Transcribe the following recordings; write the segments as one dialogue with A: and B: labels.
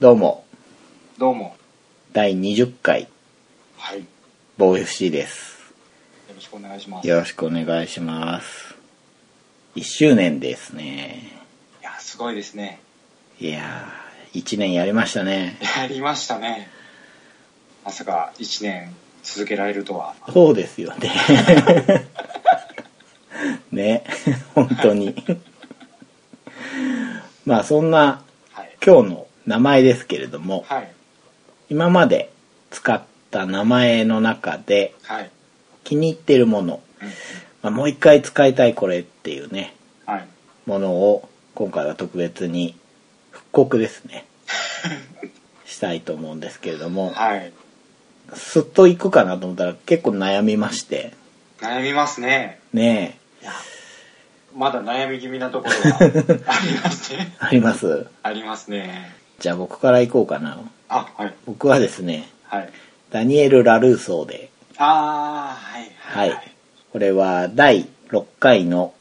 A: どうも、
B: どうも。
A: 第20回、
B: はい。よ
A: ボー FC です。
B: ろしくお願いします。い
A: よろしくお願いします。1周年ですね。
B: や、すごいですね。
A: いやー、1年やりましたね。
B: やりましたね。まさか1年続けられるとは。
A: そうですよね。 ね、本当に。まあそんな
B: はい。
A: 今日の名前ですけれども、
B: はい。
A: 今まで使った名前の中で
B: はい。
A: 気に入ってるもの、
B: うんうん
A: まあ、もう一回使いたいこれっていうね、
B: はい。
A: ものを今回は特別に復刻ですねしたいと思うんですけれども、
B: はい。
A: すっといくかなと思ったら結構悩みまして
B: 悩みますね。
A: ね
B: いや、まだ悩み気味なところ がありますね
A: え。あります
B: ありますね。
A: じゃあ僕から行こうかな
B: あ、はい。
A: 僕はですね
B: はい。
A: ダニエル・ラルーソーで
B: あー、はい。
A: はいこれは第6回の、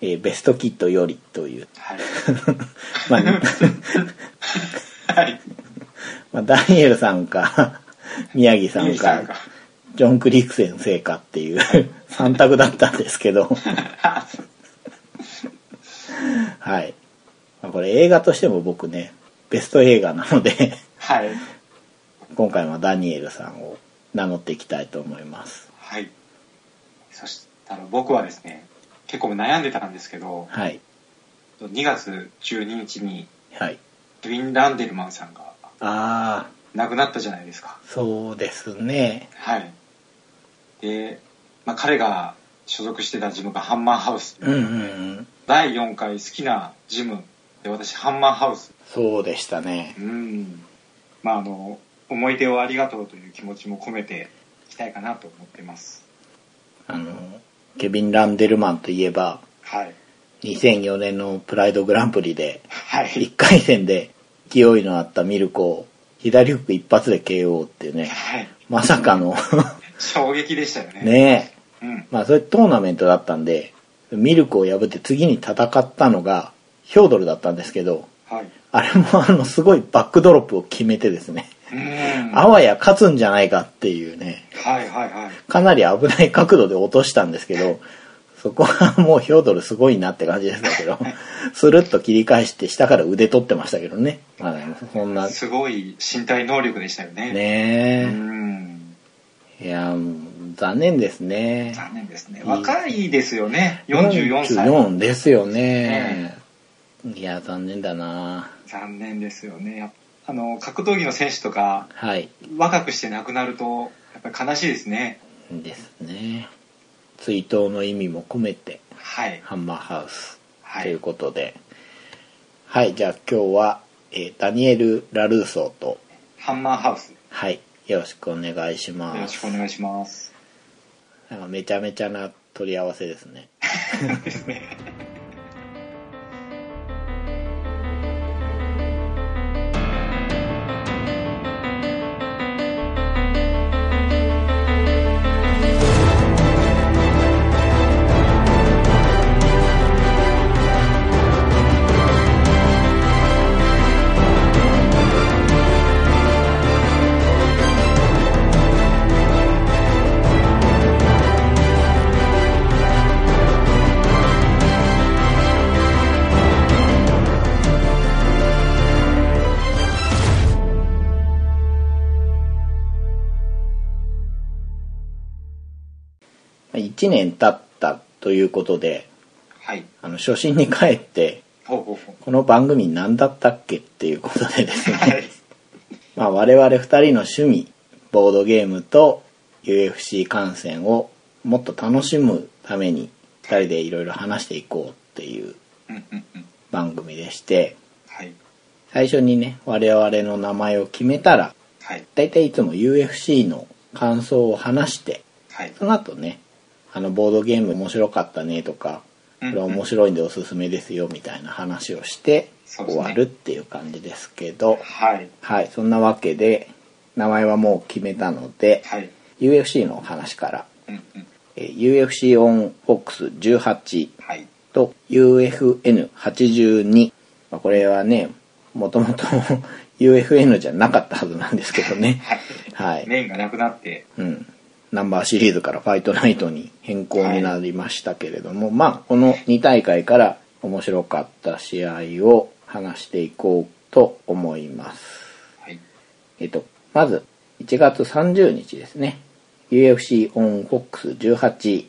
A: えーベストキッドより」という、
B: はい。
A: まあ、
B: はい。
A: まあダニエルさんか宮城さん
B: 宮城さん
A: か
B: か。
A: ジョン・クリック先生かっていう 3択だったんですけど、はい。まあこれ映画としても僕ね、ベスト映画なので、
B: はい。
A: 今回はダニエルさんを名乗っていきたいと思います。
B: はい。そしたら僕はですね、結構悩んでたんですけど、
A: はい。
B: 2月12日に
A: はい。
B: ドゥイン・ランデルマンさんが
A: あ
B: 亡くなったじゃないですか
A: ー、そうですね。
B: はいで、まあ、彼が所属してたジムがハンマーハウス、
A: うんうんうん。
B: 第4回好きなジムで私ハンマーハウス
A: そうでしたね
B: う。んまああの思い出をありがとうという気持ちも込めていきたいかなと思ってます
A: あの、ケビン・ランデルマンといえば、
B: はい
A: 2004年のプライドグランプリで、
B: はい
A: 1回戦で勢いのあったミルコを左フック一発で KO っていうね、
B: はい
A: まさかの
B: 衝撃でしたよね
A: ねえ、
B: うん
A: まあそれトーナメントだったんで、ミルクを破って次に戦ったのがヒョードルだったんですけど、
B: はい
A: あれもあのすごいバックドロップを決めてですね、
B: うんは
A: あわや勝つんじゃないかっていうね、
B: いはいはい
A: かなり危ない角度で落としたんですけど、そこはもうヒョードルすごいなって感じでしたけど、スルッと切り返して下から腕取ってましたけどね。まあでもそんな、
B: すごい身体能力でしたよねう
A: ね
B: ん
A: え。いや、もう残念ですね。
B: 残念ですね。
A: うん
B: 若いですよね。44歳。
A: 44ですよね。いや、残念だな
B: 残念ですよね。やっぱあの、格闘技の選手とか、
A: はい。
B: 若くして亡くなると、やっぱり悲しいですね。
A: ですね。追悼の意味も込めて、
B: はい。
A: ハンマーハウス
B: は
A: という
B: い。
A: ことで。はい、じゃあ今日は、えーダニエル・ラルーソーと、
B: ハンマーハウス。よ
A: はい、よろしくお願いします。
B: ろしくお願いします。
A: なんかめちゃめちゃな取り合わせですね。
B: ですね。
A: 1年経ったということで、
B: はい。
A: あの、初心に帰って、
B: ほうほうほ
A: この番組何だったっけっていうことでです
B: う。
A: ね。
B: はい。
A: まあ、我々二人の趣味ボードゲームと UFC 観戦をもっと楽しむために二人でいろいろ話していこうっていう
B: うんうんうん。
A: 番組でして
B: はい。
A: 最初にね我々の名前を決めたら
B: はい。
A: 大体いつも UFC の感想を話して
B: はい。
A: その後ねあのボードゲーム面白かったねとかこれは面白いんでおすすめですよみたいな話をして
B: そうで
A: 終
B: すね
A: わるっていう感じですけど
B: はい。
A: はいそんなわけで名前はもう決めたので
B: はい。
A: UFC の話から、
B: うんうん。
A: えー UFC on Fox 18
B: はい。
A: と UFN82、まあ、これはねもとも と UFN じゃなかったはずなんですけどね。はい。
B: メインがなくなって、
A: うん。ナンバーシリーズからファイトナイトに変更になりましたけれども、まあ、この2大会から面白かった試合を話していこうと思います。
B: はい。
A: えっと、まず、1月30日ですね。UFC on Fox 18。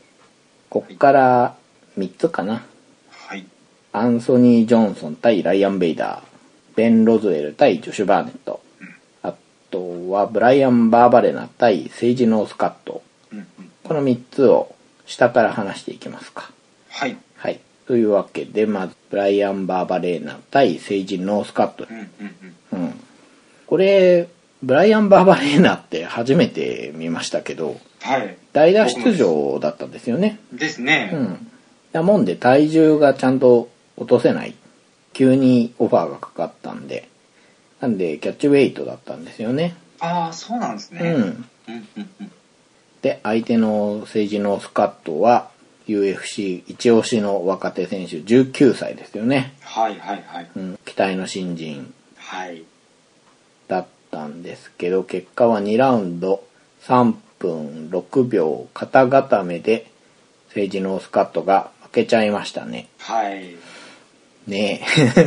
A: こっから3つかな。
B: はい。
A: アンソニー・ジョンソン対ライアン・ベイダー。ベン・ロズウェル対ジョシュ・バーネット。あとは、ブライアン・バーバレナ対セイジ・ノースカット。
B: うんうん。
A: この3つを下から話していきますか。
B: はい。
A: はい。というわけで、まず、ブライアン・バーバレーナ対セイジ・ノースカット
B: うんうんうん。
A: うん、これブライアン・バーバレーナって初めて見ましたけど
B: はい。
A: 代打出場だったんですよね、
B: ですね。
A: うん、だもんで体重がちゃんと落とせない急にオファーがかかったんでなんでキャッチウェイトだったんですよね
B: ああ、そうなんですね。
A: う。ん
B: うんうんうん。
A: で相手の政治のスカットは UFC 一押しの若手選手19歳ですよね、
B: はいはいはい。
A: うん、期待の新人
B: はい。
A: だったんですけど結果は2ラウンド3分6秒肩固めで政治のスカットが負けちゃいましたね。
B: はい。
A: ねえ。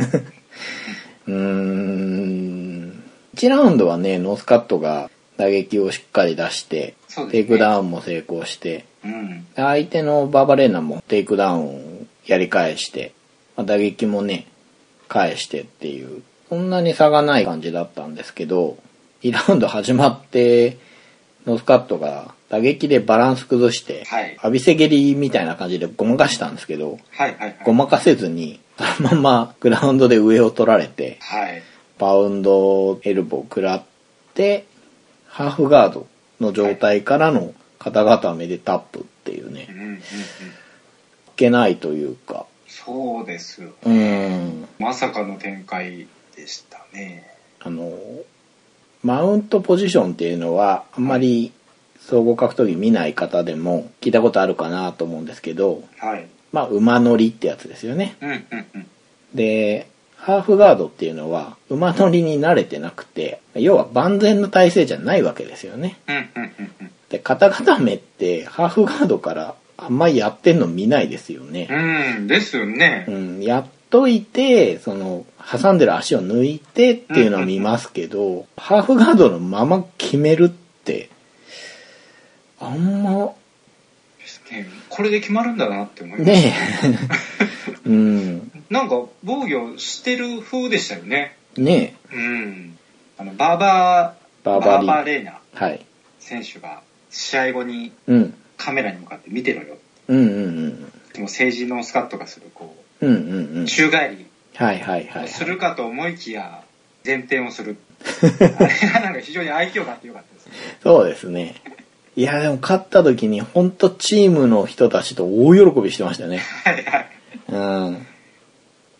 A: うーん。1ラウンドはね、ノースカットが打撃をしっかり出して、
B: そうです
A: テ
B: ね
A: イクダウンも成功して、
B: うん。
A: 相手のバーバレーナもテイクダウンをやり返して、まあ打撃もね、返してっていう、そんなに差がない感じだったんですけど、2ラウンド始まって、ノースカットが打撃でバランス崩して、
B: はい
A: 浴びせ蹴りみたいな感じでごまかしたんですけど、
B: はいはいは
A: ご
B: い。
A: まかせずに、そのままグラウンドで上を取られて、
B: はい。
A: バウンドエルボー食らって、ハーフガードの状態からの肩固めでタップっていうね
B: うん、うんうん。
A: いけないというか、
B: そうです。
A: うーん、
B: まさかの展開でしたね。
A: あの、マウントポジションっていうのは、あんまり総合格闘技見ない方でも聞いたことあるかなと思うんですけど、
B: はい。
A: まあ、馬乗りってやつですよね。
B: うんうんうん。
A: で、ハーフガードっていうのは、馬乗りに慣れてなくて、要は万全の体勢じゃないわけですよね。
B: うんうんうんうん。
A: で、肩固めって、ハーフガードからあんまやってんの見ないですよね。
B: うん、ですよね
A: う。ん、やっといて、その、挟んでる足を抜いてっていうのは見ますけど、ハーフガードのまま決めるって、あんま、
B: ですねこれで決まるんだなって思います。
A: ね え。うん、
B: なんか防御してる風でしたよね。
A: ね
B: うん。あの、バーバー、
A: バーバリ
B: レーナ
A: え。はい。
B: 選手が試合後に
A: うん。
B: カメラに向かって見てろよ。
A: うんうんうん。
B: でも政治のスカットがする、こ
A: うんうんうん
B: う、。宙返り
A: はいはいはい、はい。
B: するかと思いきや、前転 をする。あれがなんか非常に愛嬌があってよかったですね。
A: そうですね。いや、でも勝った時に、ほんとチームの人たちと大喜びしてましたね。
B: はいはい。
A: うん。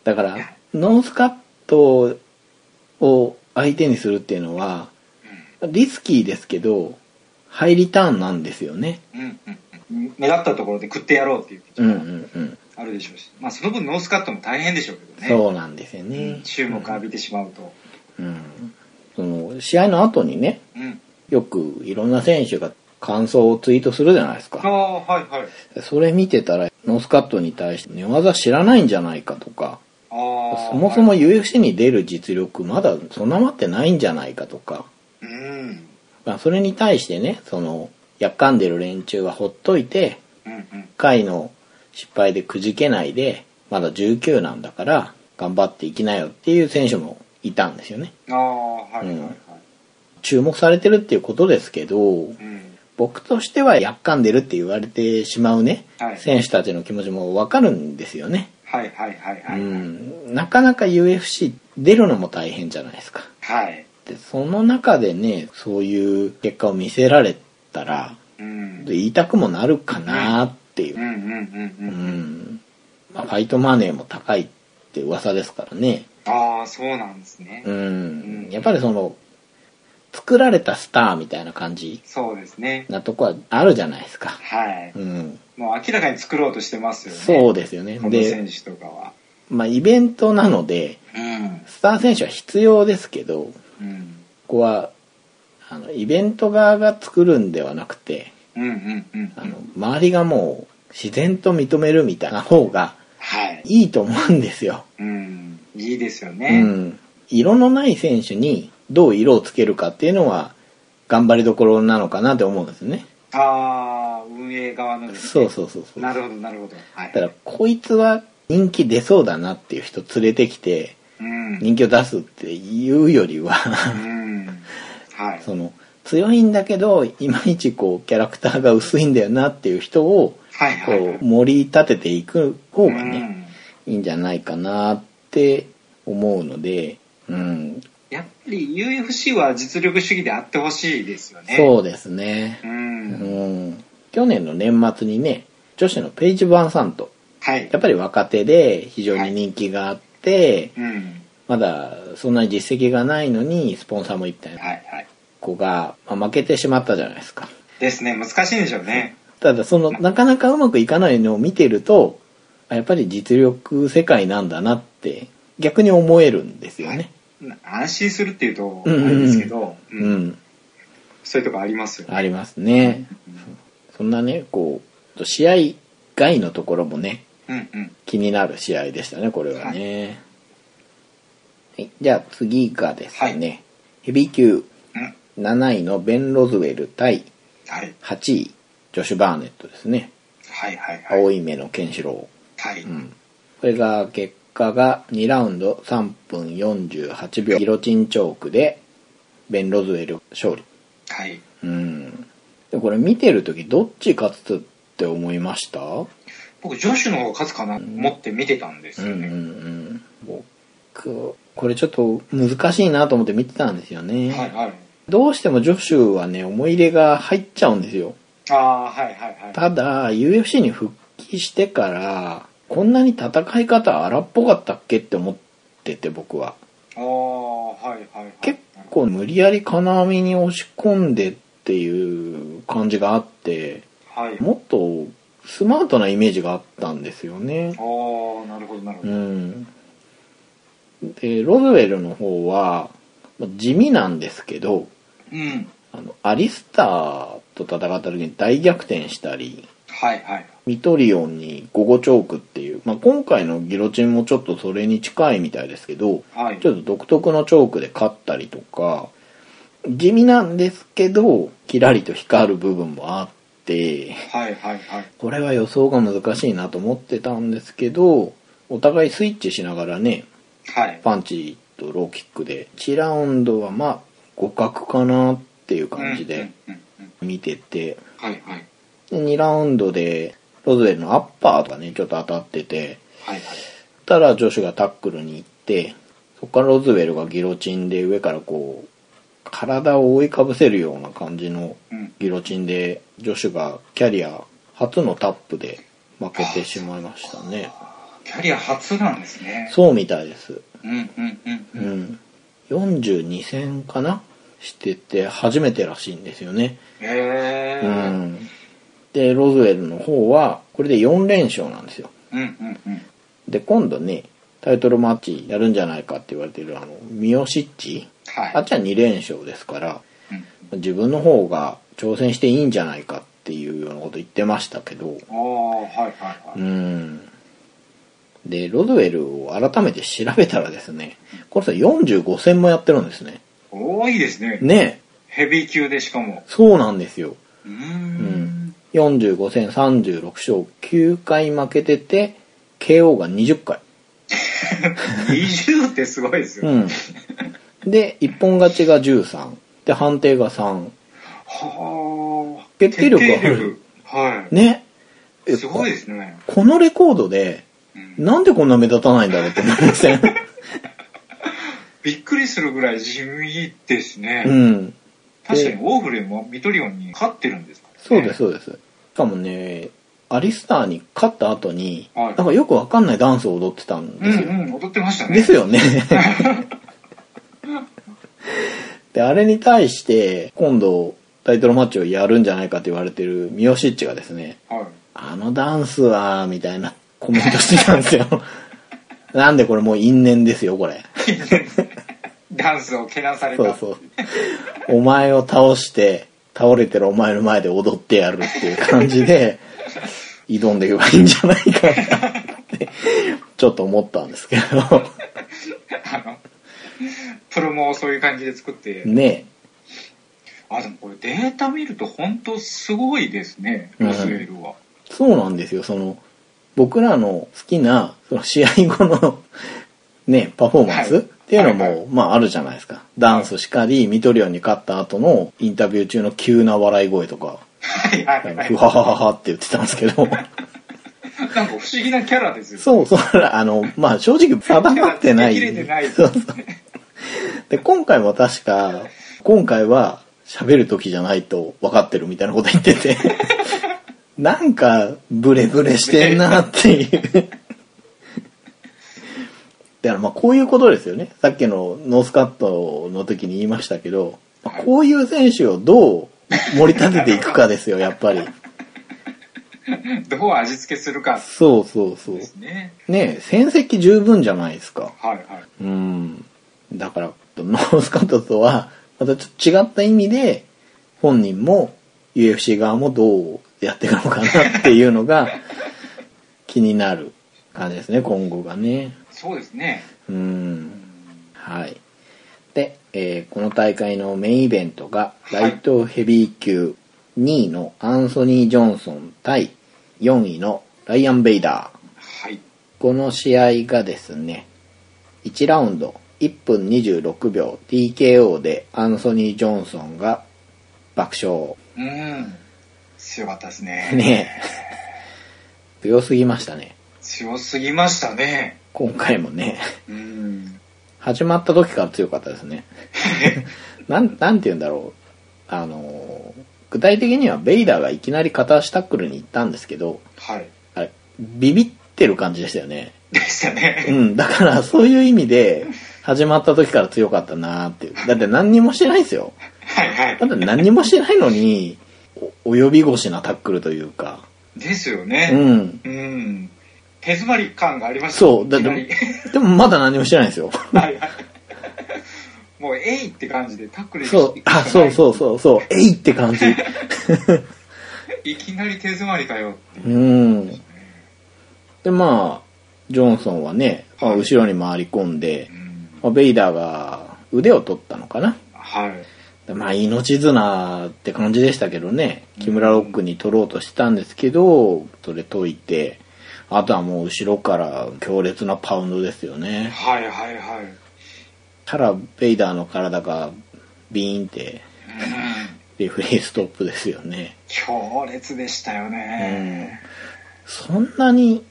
A: だから、ノースカットを相手にするっていうのは、リスキーですけど、ハイリターンなんですよね。
B: うんうんうん。目立ったところで食ってやろうっていう気
A: うんう
B: 持ち
A: んうん。
B: があるでしょうし、まあその分ノースカットも大変でしょうけどね。
A: そうなんですよ
B: うん
A: ね。
B: 注目浴びてしまうと。
A: うん。その、試合の後にね、
B: うん。
A: よくいろんな選手が感想をツイートするじゃないですか。
B: ああ、はいはい。
A: それ見てたら、ノースカットに対して寝技知らないんじゃないかとか、
B: ああ。
A: そもそも UFC に出る実力まだ備わってないんじゃないかとか、
B: うん。
A: まあ、それに対してね、その、やっかんでる連中はほっといて、
B: うんうん。
A: 回の失敗でくじけないで、まだ19なんだから、頑張っていきなよっていう選手もいたんですよね。
B: ああ、はいはいはい。
A: 注目されてるっていうことですけど、
B: うん。
A: 僕としてはやっかんでるって言われてしまうね、
B: はい
A: 選手たちの気持ちもわかるんですよね。
B: はいはいはいは
A: う
B: い。
A: ん、なかなか UFC 出るのも大変じゃないですか。
B: はい。
A: で、その中でね、そういう結果を見せられたら、
B: うん。
A: 言いたくもなるかなっていうう。
B: んうんうんう。
A: うんん。まあ、ファイトマネーも高いって噂ですからね。
B: ああ、そうなんですね
A: う。ん。やっぱりその、作られたスターみたいな感じ
B: そうですね。
A: なとこはあるじゃないですか。
B: はい。
A: うん。
B: もう明らかに作ろうとしてますよね。
A: そうですよね。
B: この
A: で、
B: 選手とかは。
A: まあ、イベントなので、
B: うん
A: スター選手は必要ですけど、こ
B: うん
A: こは、あの、イベント側が作るんではなくて、
B: うんうんうん
A: あの、周りがもう自然と認めるみたいな方が
B: はい
A: いいと思うんですよ。
B: うんいいですよ
A: う
B: ね、
A: ん。色のない選手にどう色をつけるかっていうのは、頑張りどころなのかなって思うんですね。
B: ああ運営側のです
A: そうそうそうそう。
B: なるほどなるほどは
A: だか
B: い
A: らこいつは人気出そうだなっていう人連れてきて
B: うん
A: 人気を出すっていうよりは
B: うんはい
A: その強いんだけどいまいちこうキャラクターが薄いんだよなっていう人を
B: はいはいはい
A: こう盛り立てていく方がね
B: ん
A: いいんじゃないかなって思うのでうん
B: やっぱり UFC は実力主義であってほしいですよね
A: そうですね
B: うん、
A: うん去年の年末にね女子のペイジ・バーンさんと
B: はい
A: やっぱり若手で非常に人気があって
B: うん
A: まだそんなに実績がないのにスポンサーもいったよう
B: は
A: ない
B: はい
A: 子が、まあ負けてしまったじゃないですか
B: ですね難しいんでしょうね
A: ただそのなかなかうまくいかないのを見てるとあやっぱり実力世界なんだなって逆に思えるんですよね
B: 安心するっていうとあ
A: うんうんうん
B: れですけど、
A: う
B: うん
A: ん
B: そういうとこありますよね
A: ありますねそんなねこう試合外のところもね
B: うんうん
A: 気になる試合でしたねこれはね、はいじゃあ次がですね、
B: は
A: ヘビー級
B: うん
A: 7位のベン・ロズウェル対
B: はい
A: 8位ジョシュ・バーネットですね
B: はいはいはい
A: 青い目のケンシロ
B: はい、
A: ウ、うん、これが結果が2ラウンド3分48秒ギロチンチョークでベン・ロズウェル勝利
B: はい
A: うんでこれ見てる時どっち勝つって思いましたう
B: 僕女子の方が勝つかなと思って見てたんです
A: んう
B: よ
A: ん
B: ね、
A: うん僕これちょっと難しいなと思って見てたんですよね、
B: はいはい
A: どうしてもジョシュはね思い入れが入っちゃうんですよ
B: ああはいはいはい
A: ただ UFC に復帰してからこんなに戦い方荒っぽかったっけって思ってて僕は
B: ああはいはいはい
A: 結構無理やり金網に押し込んでっていう感じがあって
B: はい
A: もっとスマートなイメージがあったんですよね
B: ああなるほどなるほ
A: う
B: ど、
A: んでロズウェルの方はまあ地味なんですけど
B: うん、
A: あのアリスターと戦った時に大逆転したり
B: はいはい
A: ミトリオンにゴゴチョークっていう、まあ、今回のギロチンもちょっとそれに近いみたいですけど、
B: はい
A: ちょっと独特のチョークで勝ったりとか、地味なんですけど、キラリと光る部分もあって、
B: はいはいはい
A: これは予想が難しいなと思ってたんですけど、お互いスイッチしながらね、
B: はい
A: パンチとローキックで、1ラウンドはまあ、互角かなっていう感じで
B: うんうんうんうん
A: 見てて、
B: はいはい
A: で2ラウンドでロズウェルのアッパーとかねちょっと当たってて
B: はいはい
A: たらジョシュがタックルに行ってそこからロズウェルがギロチンで上からこう体を覆いかぶせるような感じの
B: うん
A: ギロチンでジョシュがキャリア初のタップで負けてしまいましたね
B: キャリア初なんですね
A: そうみたいです
B: うんうんうん
A: う
B: うん
A: ん42戦かなしてて初めてらしいんですよね
B: へえ
A: う
B: うん
A: んでロズウェルの方はこれで4連勝なんですよ
B: うんうん
A: で今度ねタイトルマッチやるんじゃないかって言われてるあのミオシッチ
B: はい
A: あっちは2連勝ですから
B: うん
A: 自分の方が挑戦していいんじゃないかっていうようなこと言ってましたけど
B: ああはいはいは
A: う
B: い
A: んでロドウェルを改めて調べたらですねこの人45戦もやってるんですね
B: 多いですね
A: ね
B: ヘビー級でしかも
A: そうなんですよ
B: うー
A: うん
B: ん
A: 45戦36勝9回負けてて KO が20回
B: 20ってすごいですよ、
A: うん。で、一本勝ちが13。で、判定が3。
B: はあ
A: 決定力は
B: 決定力は
A: ね。
B: いすごいですね、
A: このレコードで、
B: うん、
A: なんでこんな目立たないんだろうって思いま せん
B: びっくりするぐらい地味ですね、
A: うん。
B: 確かにオーフレもミトリオンに勝ってるんですからね
A: そうです、そうです。しかもね、アリスターに勝った後に、
B: はい
A: なんかよくわかんないダンスを踊ってたん
B: う
A: ですよ。
B: んうん踊ってましたね
A: ですよね。で、あれに対して、今度、タイトルマッチをやるんじゃないかって言われてるミオシッチがですね、
B: はい
A: あのダンスは、みたいなコメントしてたんですよ。なんでこれもう因縁ですよ、これ。
B: 元祖をけなされた。
A: そうそう。お前を倒して、倒れてるお前の前で踊ってやるっていう感じで、挑んでいけばいいんじゃないかなって、ちょっと思ったんですけど。
B: あの、プロもそういう感じで作って、
A: ね
B: あ、でもこれデータ見ると本当すごいですね、ロスウェルは。
A: え。そうなんですよ、その、僕らの好きな、その試合後の、 ね、パフォーマンス、
B: はい
A: っていうのも、
B: はいは
A: まああるじゃないですか。ダンスしかり、ミトリオンに勝った後のインタビュー中の急な笑い声とか、
B: はいは
A: あ
B: い
A: の
B: はい。
A: ふははははって言ってたんですけど。
B: なんか不思議なキャラですよ。
A: そう、そう、あの、まあ、正直定まってない。
B: 定まってない
A: そうそう。で、今回も確か、今回は喋る時じゃないと分かってるみたいなこと言って て、なんか、ブレブレしてんなっていう。だからまあこういうことですよね。さっきのノースカットの時に言いましたけど、まあこういう選手をどう盛り立てていくかですよ、やっぱり。
B: どう味付けするか
A: そうそうそう
B: で。すね。
A: ねえ、戦績十分じゃないですか。
B: はいはい。
A: うん。だから、ノースカットとは、またちょっと違った意味で、本人も UFC 側もどうやっていくのかなっていうのが、気になる感じですね、今後がね。
B: そうですね。
A: うん。はい。で、えーこの大会のメインイベントが、ライトヘビー級2位のアンソニー・ジョンソン対4位のライアン・ベイダー。
B: はい。
A: この試合がですね、1ラウンド1分26秒 TKO でアンソニー・ジョンソンが爆笑。
B: うん。強かったですね。
A: ねえ。強すぎましたね。
B: 強すぎましたね。
A: 今回もね。
B: うん。
A: 始まった時から強かったですね。 なん、なんて言うんだろう。あのー、具体的にはベイダーがいきなり片足タックルに行ったんですけど、
B: はい。
A: あれ、ビビってる感じでしたよね。
B: でしたね。
A: うん、だからそういう意味で、始まった時から強かったなーっていう。だって何にもしてないですよ。
B: はいは
A: だって何にもしてないのに、お及び腰なタックルというか。
B: い。ですよ
A: う
B: ね。
A: ん。
B: うん。手詰まり感がありました
A: そう。だっ
B: い
A: て
B: きなり
A: でもまだ何もしてないですよ。
B: はいはい。もう、えいって感じでタックルして
A: そう。あ、そうそうそうそう。えいって感 じ。
B: いきなり手詰まりかよっていう。
A: うん。で、まあ、ジョンソンはね、まあ後ろに回り込んで
B: う、ん。
A: まあベイダーが腕を取ったのかな。
B: はい。
A: まあ命綱って感じでしたけどね木村ロックに取ろうとしてたんですけどそれ解いてあとはもう後ろから強烈なパウンドですよね
B: はいはいはい。うん。
A: たらベイダーの体がビーンってレフェリーストップですよね
B: 強烈でしたよね。
A: そんなに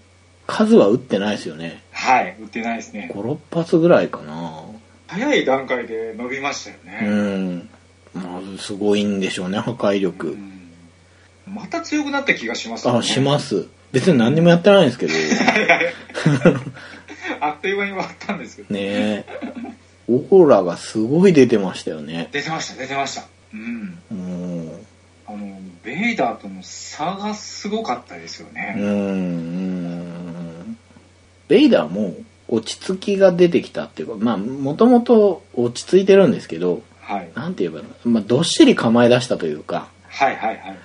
A: 数は打ってないですよね
B: はい。打ってないですね。
A: 56発ぐらいかな
B: 早い段階で伸びましたよ
A: う
B: ね。
A: んまあすごいんでしょうね破壊力
B: うんまた強くなった気がしますよね
A: あします別に何にもやってないんですけど
B: あっという間に終わったんですけど。
A: ねえ。オーラがすごい出てましたよね。
B: 出てました、出てました。うん。
A: うん。うん
B: あの、ベイダーとの差がすごかったですよ
A: う
B: ね。
A: ん。ベイダーも落ち着きが出てきたっていうか、まあ、もともと落ち着いてるんですけど、
B: はい。
A: なんて言えばいいの、まあ、どっしり構え出したというか、
B: はいはいはい。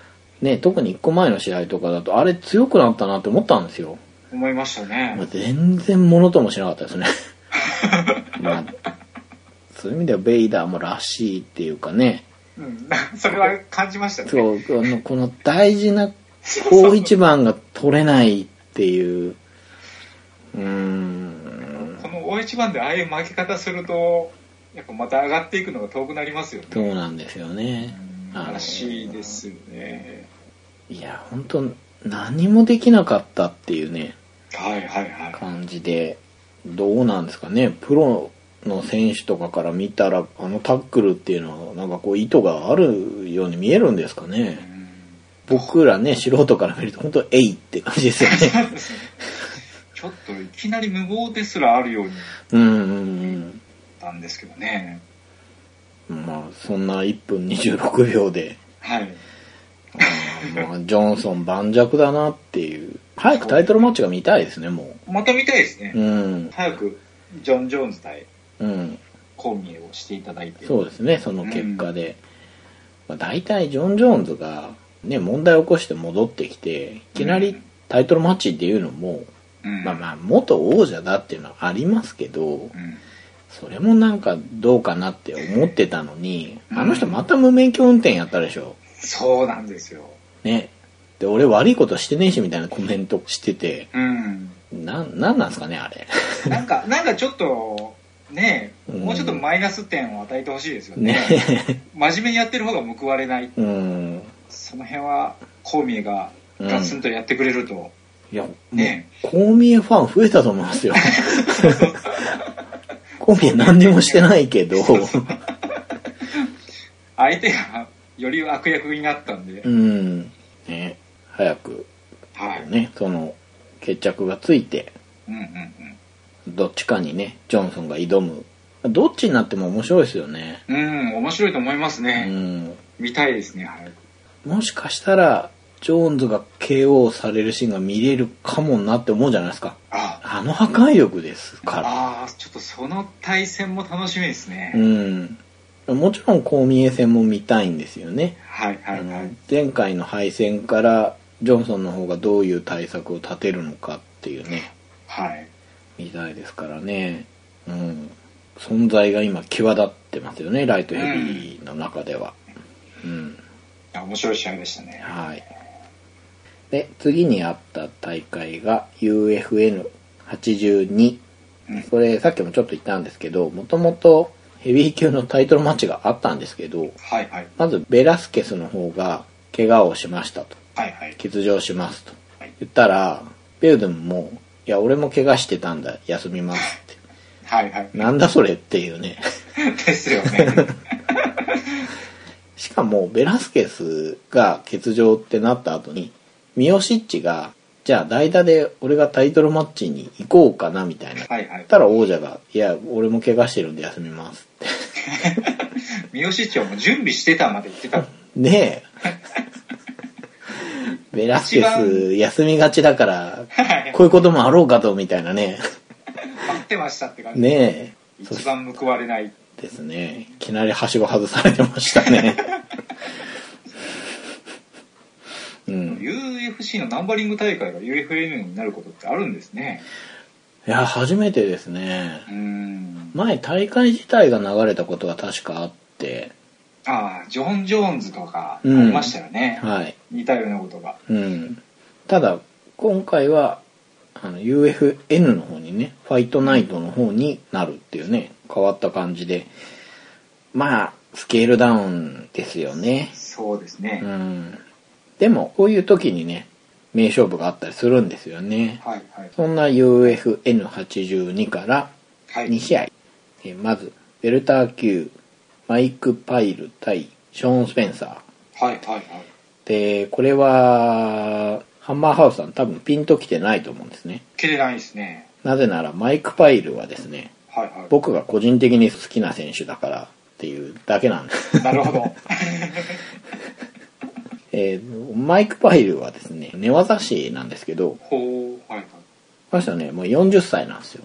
A: ね、特に1個前の試合とかだと、あれ強くなったなって思ったんですよ。
B: 思いました
A: まあ
B: ね。
A: 全然物ともしなかったですね。まあ、そういう意味ではベイダーもらしいっていうかね、
B: うん。 それは感じましたね。
A: そう、あの、この大事な大一番が取れないっていう。うーん。
B: この大一番でああいう負け方すると、やっぱまた上がっていくのが遠くなりますよね。
A: そうなんですよね。あの
B: らしいですよね。
A: いや、本当何もできなかったっていうね、
B: はいはいはい。
A: 感じで。どうなんですかね。プロの選手とかから見たら、あのタックルっていうのは、なんかこう意図があるように見えるんですかね。僕らね、素人から見ると、本当えいって感じですよね。
B: ちょっといきなり無謀ですらあるようになっ
A: うんうんうん。
B: たんですけどね。
A: まあ、そんな1分26秒で。
B: はい。
A: あーまあ、ジョンソン盤石だなっていう早くタイトルマッチが見たいですね、も
B: また見たいですね
A: う。う。ん。
B: 早く、ジョン・ジョーンズ対
A: うん。
B: コーミエをしていただいて。
A: そうですね、その結果で。まあ、大体、ジョン・ジョーンズが、ね、問題を起こして戻ってきて、いきなりタイトルマッチっていうのも、
B: うん。
A: まあまあ、元王者だっていうのはありますけど、
B: うん。
A: それもなんかどうかなって思ってたのに、
B: うん
A: あの人また無免許運転やったでしょ。
B: そうなんですよ。
A: ね。で、俺悪いことしてねえしみたいなコメントしてて、
B: うん。
A: な、なんなんすかね、あれ。
B: なんか、なんかちょっと、ねえ、
A: うん
B: もうちょっとマイナス点を与えてほしいですよね。
A: ね。
B: 真面目にやってる方が報われない。
A: うん。
B: その辺は、コーミエがガツンとやってくれると。
A: いや、もう、
B: ね
A: コーミエファン増えたと思いますよ。 コーミエ何にもしてないけど、
B: 相手がより悪役になったんで、
A: うん。ね。早く、
B: はい。うん
A: ね、その、決着がついて、
B: うんうん。
A: どっちかにね、ジョンソンが挑む。どっちになっても面白いですよね。
B: うん、面白いと思います
A: う
B: ね。
A: ん。
B: 見たいですね、はい。
A: もしかしたら、ジョーンズが KO されるシーンが見れるかもなって思うじゃないですか。
B: あ、
A: あの破壊力ですか
B: あーちょっとその対戦も楽しみですね。
A: ら。うん。もちろん、公民衛戦も見たいんですよね。
B: はいは
A: あ
B: いは
A: の
B: い。
A: 前回の敗戦から、ジョンソンの方がどういう対策を立てるのかっていうね、
B: はい。
A: 見たいですからね。うん。存在が今、際立ってますよね、ライトヘビーの中では。うん
B: いや面白い試合でしたね。
A: はい。で、次にあった大会が UFN82。
B: うん
A: これさっきもちょっと言ったんですけど、もともとヘビー級のタイトルマッチがあったんですけど、
B: はいはい。
A: まずベラスケスの方が怪我をしましたと。
B: はいはい。
A: 欠場しますと
B: はい。
A: 言ったら、ベルドゥンも、いや、俺も怪我してたんだ、休みますっ
B: はいはい
A: て。。なんだそれっていうね。
B: ですよ ね。
A: しかもベラスケスが欠場ってなった後にミオシッチがじゃあ代打で俺がタイトルマッチに行こうかなみたいな言っ
B: はいはい。
A: たら王者が「いや俺も怪我してるんで休みます」って
B: 三好市長も準備してたまで言って た。
A: ねえベラスケス休みがちだから
B: はい。
A: こういうこともあろうかとみたいなね
B: 待ってましたって感じ。
A: ねえそ
B: 一番報われない。
A: ですねいきなりはしご外されてましたねうん、
B: UFC のナンバリング大会が UFN になることってあるんですね。
A: いや初めてですね
B: うーん。
A: 前大会自体が流れたことが確かあって
B: ああ、ジョン・ジョーンズとかあ
A: うん
B: りましたよね。
A: はい
B: 似たようなことが。
A: うんただ今回はあの UFN の方にねファイトナイトの方になるっていうね変わった感じでまあスケールダウンですよね
B: そうですね。
A: うんでもこういう時にね名勝負があったりするんですよね
B: はいはい。
A: そんな UFN82 から
B: はい。
A: 2試合、えーまずベルター級マイク・パイル対ショーン・スペンサー
B: はいはいはい。
A: でこれはハンマーハウスさん多分ピンときてないと思うんですね
B: 切れないですね。
A: なぜならマイク・パイルはですね
B: はいは
A: 僕が個人的に好きな選手だからっていうだけなんです、
B: い。なるほど。
A: えーマイク・パイルはですね寝技師なんですけど
B: ほう。はいはい。
A: この人はねもう40歳なんですよ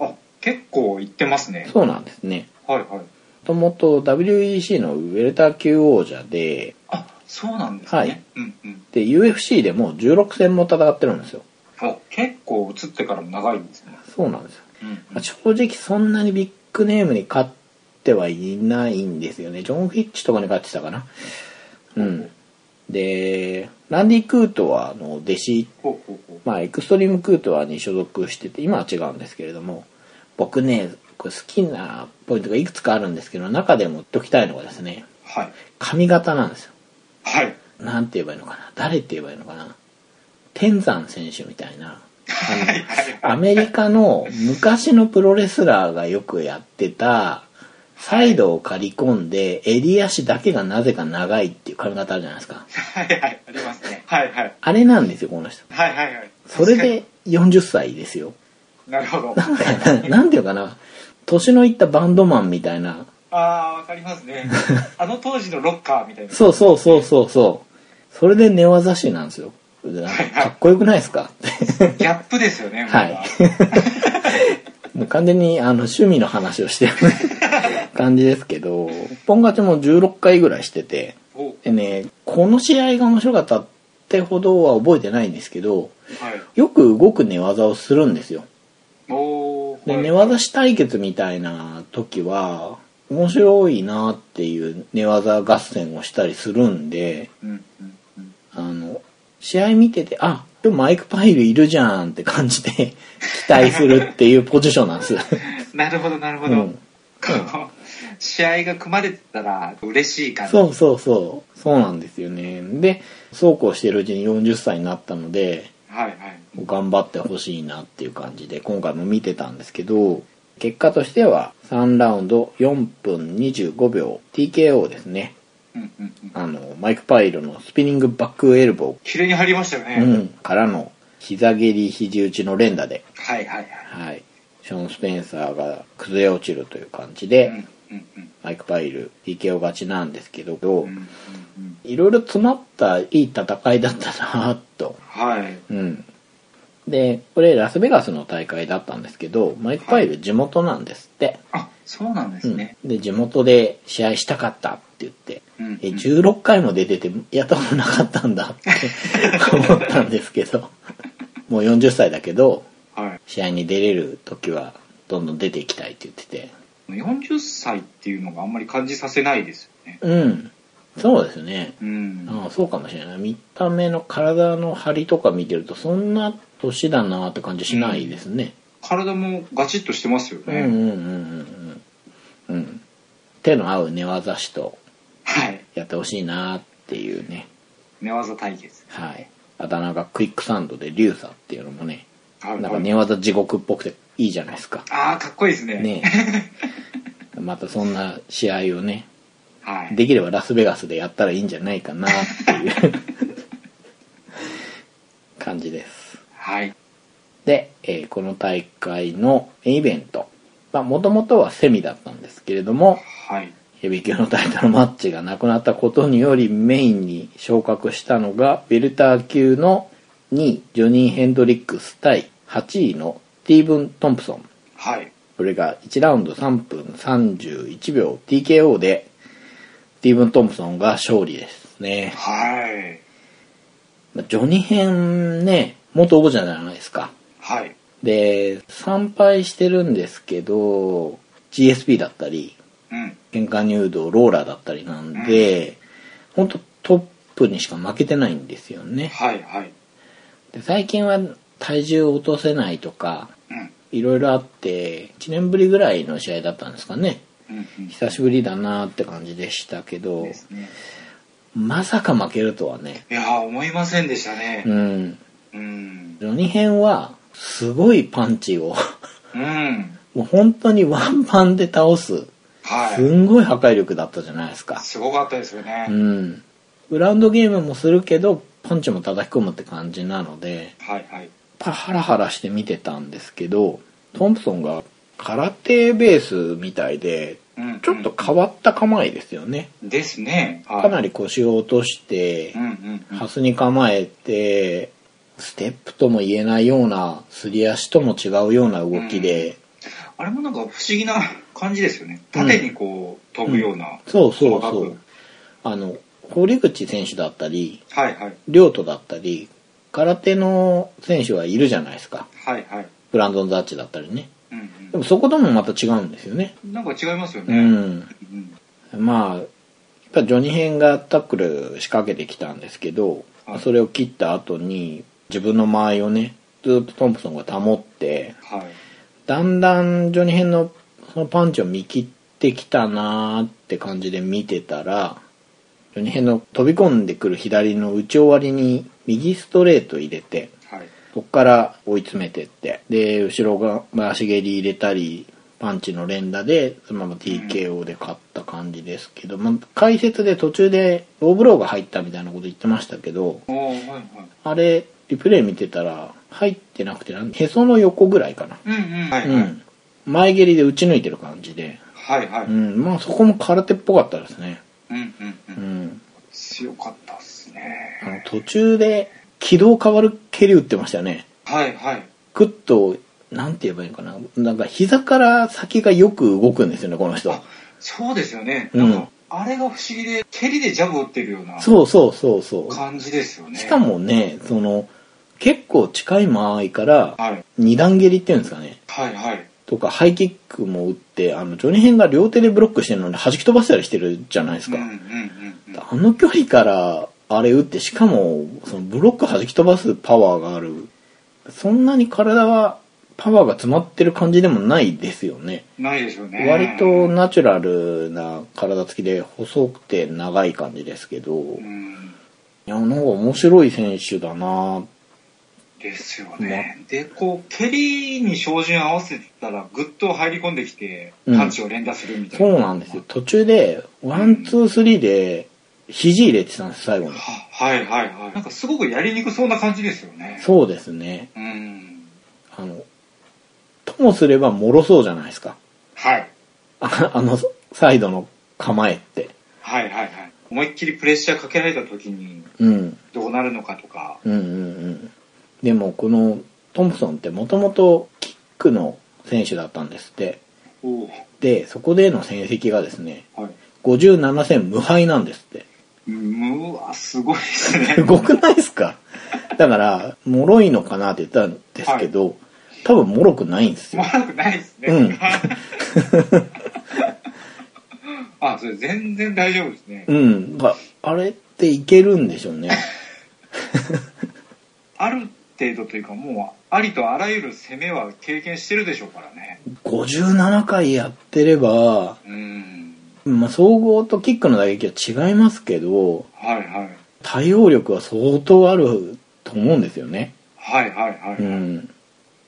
B: あ、結構いってますね。
A: そうなんですね
B: はいはい。
A: もともと WEC のウェルター級王者で
B: あ、そうなんですね。
A: はい
B: うんうん。
A: で UFC でも16戦も戦ってるんですよ
B: あ、結構移ってからも長いんですね。
A: そうなんですよ
B: うんうん
A: まあ正直そんなにビッグネームに勝ってはいないんですよね。ジョン・フィッチとかに勝ってたかな。うん。で、ランディ・クートは、あの、弟子、
B: ほうほうほう。
A: まあ、エクストリーム・クートはに所属してて、今は違うんですけれども、僕ね、これ好きなポイントがいくつかあるんですけど、中でも言っときたいのがですね、
B: はい。
A: 髪型なんですよ。
B: はい。
A: なんて言えばいいのかな。誰って言えばいいのかな。天山選手みたいな。あの、アメリカの昔のプロレスラーがよくやってた、サイドを刈り込んで、襟足だけがなぜか長いっていう髪型あるじゃないですか。
B: はいはい。ありますね。はいはい。
A: あれなんですよ、この人。
B: はいはいはい。
A: それで40歳ですよ。
B: 確かに。なるほど。
A: なんていうのかな。年のいったバンドマンみたいな。
B: あー、わかりますね。あの当時のロッカーみたいな。
A: そうそうそうそうそう。それで寝技師なんですよ。なんかかっこよくないですかって。
B: ギャップですよね、
A: は
B: まだ
A: もう完全にあの趣味の話をしてる 感じですけど、一本勝ちも16回ぐらいしてて、
B: おはい。
A: でね、この試合が面白かったってほどは覚えてないんですけど、よく動く寝技をするんですよ。
B: おー。
A: で、
B: はい
A: 寝技師対決みたいな時は、面白いなっていう寝技合戦をしたりするんで、
B: うんうんうん。
A: あの、試合見てて、あ、今日マイクパイルいるじゃんって感じで 期待するっていうポジションなんです。
B: なるほど、なるほ
A: う
B: ど。
A: ん
B: こう試合が組まれてたら嬉しい感じ。
A: そうそうそう。そうなんですよね。で、そうこうしてるうちに40歳になったので、
B: はいはい。
A: 頑張ってほしいなっていう感じで今回も見てたんですけど結果としては3ラウンド4分25秒 TKO ですね
B: うんうんうん。
A: あのマイク・パイルのスピニングバックエルボ
B: 綺麗に入りましたよね。
A: ー、うん、からの膝蹴り肘打ちの連打で、
B: はいはいはい。
A: はい、ショーン・スペンサーが崩れ落ちるという感じで、
B: うんうんうん
A: マイク・パイル TKO 勝ちなんですけど、色
B: うんうん
A: 々
B: うん。
A: いろいろ詰まったいい戦いだったなぁと
B: はい。
A: うん、でこれラスベガスの大会だったんですけどマイク・パイル地元なんですって、
B: あ、そうなんです
A: うん
B: ね。
A: で地元で試合したかったって言って、
B: うん
A: え
B: うん
A: 16回も出ててやったことなかったん だって思ったんですけどもう40歳だけど
B: はい。
A: 試合に出れる時はどんどん出ていきたいって言ってて
B: 40歳っていうのがあんまり感じさせないですよね。
A: うんそうですね
B: うん。
A: ああそうかもしれない見た目の体の張りとか見てるとそんな年だなって感じしないですね、
B: 体もガチッとしてますよ
A: う
B: ね。
A: んうんうんうんうんうん手の合う寝技師と
B: はい。
A: やってほしいなっていうね
B: 寝技対決。
A: はいあだ名がクイックサンドでリュウサっていうのもね
B: は
A: な
B: い、
A: ん
B: は
A: か
B: い
A: 寝技地獄っぽくていいじゃないですか
B: ああ、かっこいいですね。
A: ね えまたそんな試合をね
B: はい。
A: できればラスベガスでやったらいいんじゃないかなっていう 感じです
B: はい。
A: で、えーこの大会のメインイベントもともとはセミだったんですけれども
B: はい。
A: ヘビー級のタイトルマッチがなくなったことによりメインに昇格したのがベルター級の2位ジョニー・ヘンドリックス対8位のスティーブン・トンプソン
B: はい。
A: これが1ラウンド3分31秒 TKO でスティーブン・トンプソンが勝利ですね
B: はい。
A: まあジョニー・ヘンね元王者じゃないですか
B: はい。
A: で参拝してるんですけど GSP だったり
B: うん。
A: 喧嘩入道ローラーだったりなんで、ほんとトップにしか負けてないんですよね。
B: はい。はい。
A: で最近は体重を落とせないとか、
B: うん。
A: いろいろあって、1年ぶりぐらいの試合だったんですかね。
B: うん。うん。
A: 久しぶりだなって感じでしたけど
B: で、すね。
A: まさか負けるとはね。
B: いやー、思いませんでしたね
A: う。ん。
B: うん。
A: ジョニ編は、すごいパンチを、
B: うん。
A: もう本当にワンパンで倒す、す
B: は
A: んごい破壊力だったじゃないですか
B: い。。すごかったですよね。
A: うん。グラウンドゲームもするけど、パンチも叩き込むって感じなので、やっ
B: はい。はい。
A: ぱハラハラして見てたんですけど、トンプソンが空手ベースみたいで、
B: うん。
A: ちょっと変わった構えですよね。
B: うん。ですね。はい
A: かなり腰を落として
B: う、ん。うん。うん
A: ハスに構えて、ステップとも言えないような、すり足とも違うような動きで、
B: あれもなんか不思議な感じですよね。縦にこう、飛ぶような。
A: そうそうそ
B: 細か
A: う
B: く。
A: あの、堀口選手だったり、
B: はい。はい。
A: 両都だったり、空手の選手はいるじゃないですか。
B: はい。はい。
A: ブランドン・ザッチだったりね。
B: うん。
A: でもそこともまた違うんですよね。
B: うん。なんか違いますよ
A: う
B: ね。
A: ん。
B: うん。
A: まあ、やっぱジョニー編がタックル仕掛けてきたんですけど
B: はい、
A: それを切った後に自分の間合いをね、ずっとトンプソンが保って、
B: はい。
A: だんだんジョニー編のそのパンチを見切ってきたなーって感じで見てたら、ジョニー編の飛び込んでくる左の打ち終わりに右ストレート入れて、
B: はい。
A: そこから追い詰めてって、で、後ろが回し蹴り入れたり、パンチの連打で、そのまま TKO で勝った感じですけど、まあ解説で途中でローブローが入ったみたいなこと言ってましたけど、
B: おおはいはい。
A: あれ、リプレイ見てたら、入ってなくて、なんへその横ぐらいかな。
B: うんうん。はい、
A: う
B: はい。
A: ん。前蹴りで打ち抜いてる感じで、
B: はいはい。う
A: うんん、まあそこも空手っぽかったですね。
B: うんう。
A: うんん。
B: 強かったっす
A: あの
B: ね。
A: 途中で軌道変わる蹴り打ってましたよね。
B: はいはい。
A: クッと、なんて言えばいいのかな。なんか膝から先がよく動くんですよね、この人
B: あ。、そうですよね。
A: うん
B: なんかあれが不思議で、蹴りでジャブ打ってるような
A: そうそうそうそう。
B: 感じですよね。
A: しか。もね、その、結構近い間合いから、
B: はい。
A: 二段蹴りっていうんですかね。
B: はいはい。
A: とか、ハイキックも打って、あの、ジョニー編が両手でブロックしてるのに弾き飛ばしたりしてるじゃないです
B: うん
A: か。
B: うんうんうん。
A: あの距離からあれ打ってしかもそのブロック弾き飛ばすパワーがあるそんなに体はパワーが詰まってる感じでもないですよね
B: ないですよね。
A: 割とナチュラルな体つきで細くて長い感じですけど
B: う
A: い
B: ん。
A: やなんか面白い選手だな
B: ですよね。で、こう、蹴りに照準合わせたら、ぐっと入り込んできて、
A: うん
B: パンチを連打するみたいな。
A: そうなんですよ途中でワンツースリーで肘入れてたんです最後に
B: ははいはいはい。なんかすごくやりにくそうな感じですよね。
A: そうですね
B: う。ん。
A: あのともすればもろそうじゃないですか
B: はい。
A: ああの、サイドの構えって。
B: はいはいはい。思いっきりプレッシャーかけられた時に
A: うん。
B: どうなるのかとか。
A: うんうんうん。でも、このトンプソンってもともとキックの選手だったんですって。
B: お
A: で、そこでの戦績がですね、
B: はい。
A: 57戦無敗なんですって。
B: うんうわ、すごいです ね。
A: すごくないですかだから、脆いのかなって言ったんですけど、多分脆くないんですよ。
B: 悪くないですね。
A: うん
B: あ、それ全然大丈夫ですね。
A: うん。だからあれっていけるんでしょうね。
B: ある程度というか、もう、ありとあらゆる攻めは経験してるでしょうからね。
A: 57回やってれば、
B: うん。
A: まあ、総合とキックの打撃は違いますけど、
B: はいはい。
A: 対応力は相当あると思うんですよね。
B: はいはいはい。
A: うん。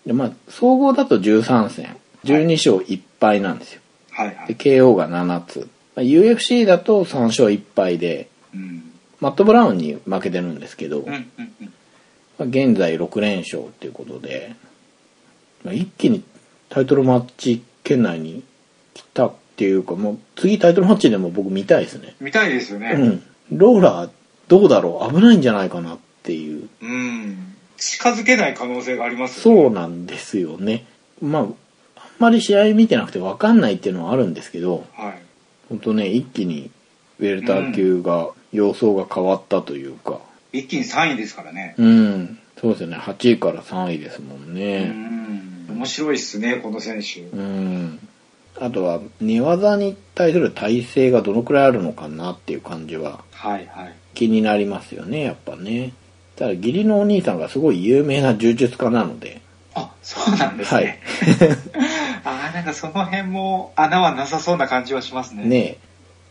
A: で、まあ、総合だと13戦、12勝1敗なんですよ。
B: はいは
A: で、
B: い。
A: KO が7つ。まあ UFC だと3勝1敗で、
B: うん。
A: マット・ブラウンに負けてるんですけど、
B: うん
A: ま
B: うんうん。
A: あ現在6連勝っていうことで、まあ一気にタイトルマッチ圏内に来たっていうか、もう次タイトルマッチでも僕見たいですね。
B: 見たいですよね。
A: うん。ローラーどうだろう危ないんじゃないかなっていう。
B: うん近づけない可能性がありますよね
A: そうなんですよね。まあ、あんまり試合見てなくて分かんないっていうのはあるんですけど、
B: はい
A: ほんとね、一気にウェルター級が、様相が変わったというか、
B: 一気に3位ですからね
A: うん、そうですよね、8位から3位ですもん
B: う
A: ね。
B: ん面白いっすねこの選手
A: うん。あとは、寝技に対する耐性がどのくらいあるのかなっていう感じは
B: はいはい
A: 気になりますよね、やっぱね。ただ、義理のお兄さんがすごい有名な柔術家なので、
B: あそうなんです
A: はい
B: ね、。ああなんかその辺も穴はなさそうな感じはしますね
A: ねえ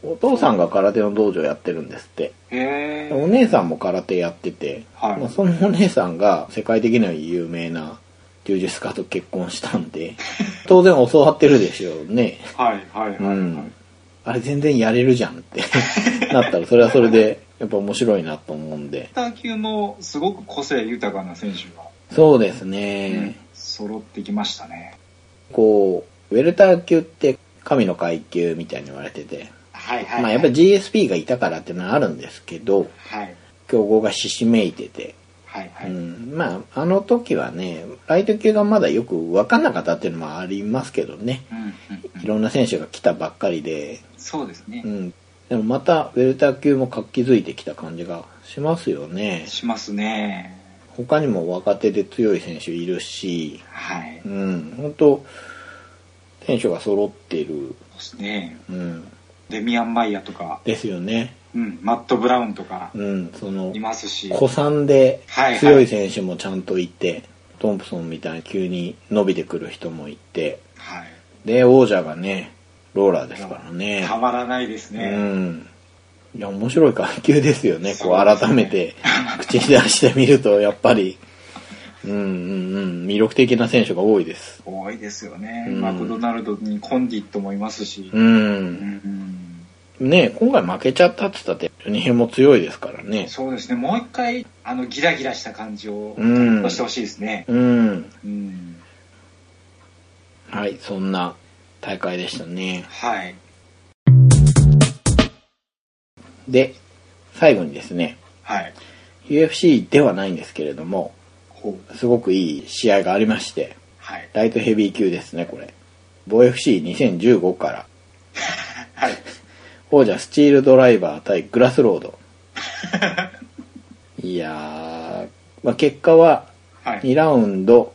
A: お父さんが空手の道場やってるんですって
B: へえ
A: お姉さんも空手やってて、
B: はい
A: まあ、そのお姉さんが世界的には有名な柔術家と結婚したん で当然教わってるでしょうね
B: はいはいはい、
A: う
B: はい
A: んあれ全然やれるじゃんって なったらそれはそれでやっぱ面白いなと思うんで
B: ウェルター級のすごく個性豊かな選手が、
A: そうですね、
B: 揃ってきましたね
A: こうウェルター級って神の階級みたいに言われてて、
B: はいは
A: まあ、やっぱり GSP がいたからっていうのはあるんですけど
B: はい
A: 強豪がひしめいてて
B: はいは
A: う
B: い、
A: ん、まああの時はねライト級がまだよく分かんなかったっていうのもありますけどね
B: うんうん
A: いろんな選手が来たばっかりで、
B: そうですね、
A: うん、でもまたウェルター級も活気づいてきた感じがしますよね
B: しますね
A: 他にも若手で強い選手いるし、
B: はい、
A: う、
B: そうん
A: 本当選手が揃ってる、
B: ですね
A: うん、
B: デミアン・マイヤとか、
A: ですよね、
B: うん、マット・ブラウンとか
A: うん、その
B: いますし、
A: 古参で
B: はいはい
A: 強い選手もちゃんといて、トンプソンみたいに急に伸びてくる人もいて
B: はい、
A: で王者がねローラーですからね
B: たまらないです
A: う
B: ね。
A: んいや面白い階級ですよねこ
B: そう
A: う
B: ですね
A: 改め て口に出してみるとやっぱりうんうんうん魅力的な選手が多いです
B: 多いですよね、
A: うん
B: マクドナルドにコンディットもいますし、
A: う
B: うんん
A: ね今回負けちゃったって言ったって日本も強いですからね
B: そうですね、もう一回、あのギラギラした感じを
A: うん
B: 出してほしいですね。
A: うん
B: うん
A: はいそんな大会でしたね
B: はい、
A: で最後にですね
B: はい、
A: UFC ではないんですけれども、
B: ほう。
A: すごくいい試合がありまして、
B: はい。
A: ライトヘビー級ですね、これ。防 FC2015 から、
B: はい。
A: 王者スチールドライバー対グラスロー ド。いやー、まあ、結果は
B: はい。
A: 2ラウンド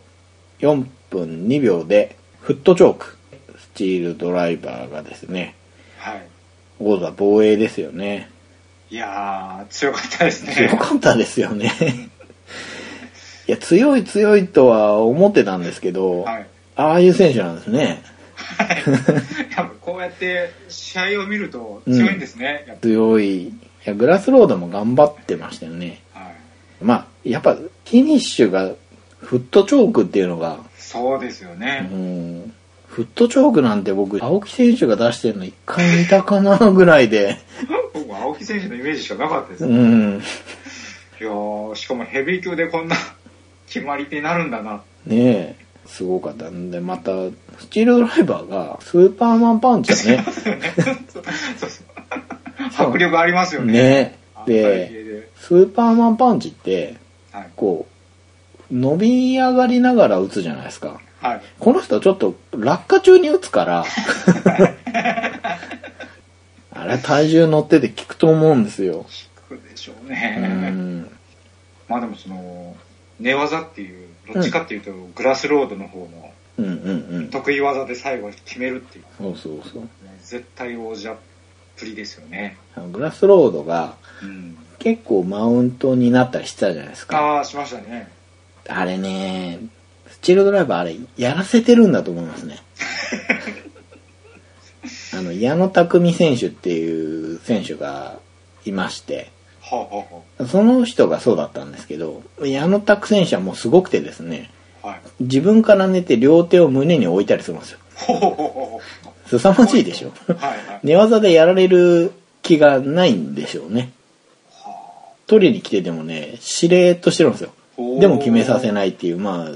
A: 4分2秒でフットチョーク。スチールドライバーがですね、
B: はい。
A: 王座防衛ですよね。
B: いやー、強かったです
A: 強
B: ね。
A: かったですよね。 いや、強い強いとは思ってたんですけど、
B: はい。
A: ああいう選手なんですね。
B: はい。やっぱこうやって試合を見ると強いんですね。やっ
A: 強い。いや、グラスロードも頑張ってましたよね。
B: ぱはい。
A: まあ、やっぱ、フィニッシュが、フットチョークっていうのが、
B: そうですよ
A: う
B: ね。
A: ん、フットチョークなんて僕、青木選手が出してるの一回見たかなぐらいで、
B: 僕は青木選手のイメージしかなかったです。
A: う
B: い
A: ん、
B: やー、しかもヘビー級でこんな決まり手になるんだな。
A: ねえ、すごかったんで、また、スチールドライバーが、スーパーマンパンチだね。
B: そうそうそう。 迫力ありますよね。
A: ねえ。
B: あ体
A: で、
B: 型で
A: スーパーマンパンチって、
B: はい。
A: こう、伸び上がりながら打つじゃないですか。
B: はい。
A: この人はちょっと落下中に打つ から、あれ体重乗ってて効くと思うんです よ。
B: 効くでしょう
A: う
B: ね。
A: ん。
B: まあでもその、寝技っていう、どっちかっていうと、グラスロードの方の
A: うんうんうん。
B: 得意技で最後に決めるっていう、
A: そうそうそう。
B: 絶対王者っぷりですよね。
A: あのグラスロードが
B: うん。
A: 結構マウントになったりしてたじゃないですか。
B: ああ、しましたね。
A: あれね、スチールドライバーあれやらせてるんだと思いますね。あの、矢野匠選手っていう選手がいまして、
B: はあ、は
A: その人がそうだったんですけど、矢野拓選手はもうすごくてですね、
B: あ、はあ、はい。
A: 自分から寝て両手を胸に置いたりするんですよ。
B: ほうほうほうほ
A: 凄まじいでしょ。
B: う。はいはい。
A: 寝技でやられる気がないんでしょうね。
B: は
A: 取りに来ててもね、しれーっとしてるんですよ。
B: あ
A: でも決めさせ
B: い。
A: ないっていう、まあ、
B: はい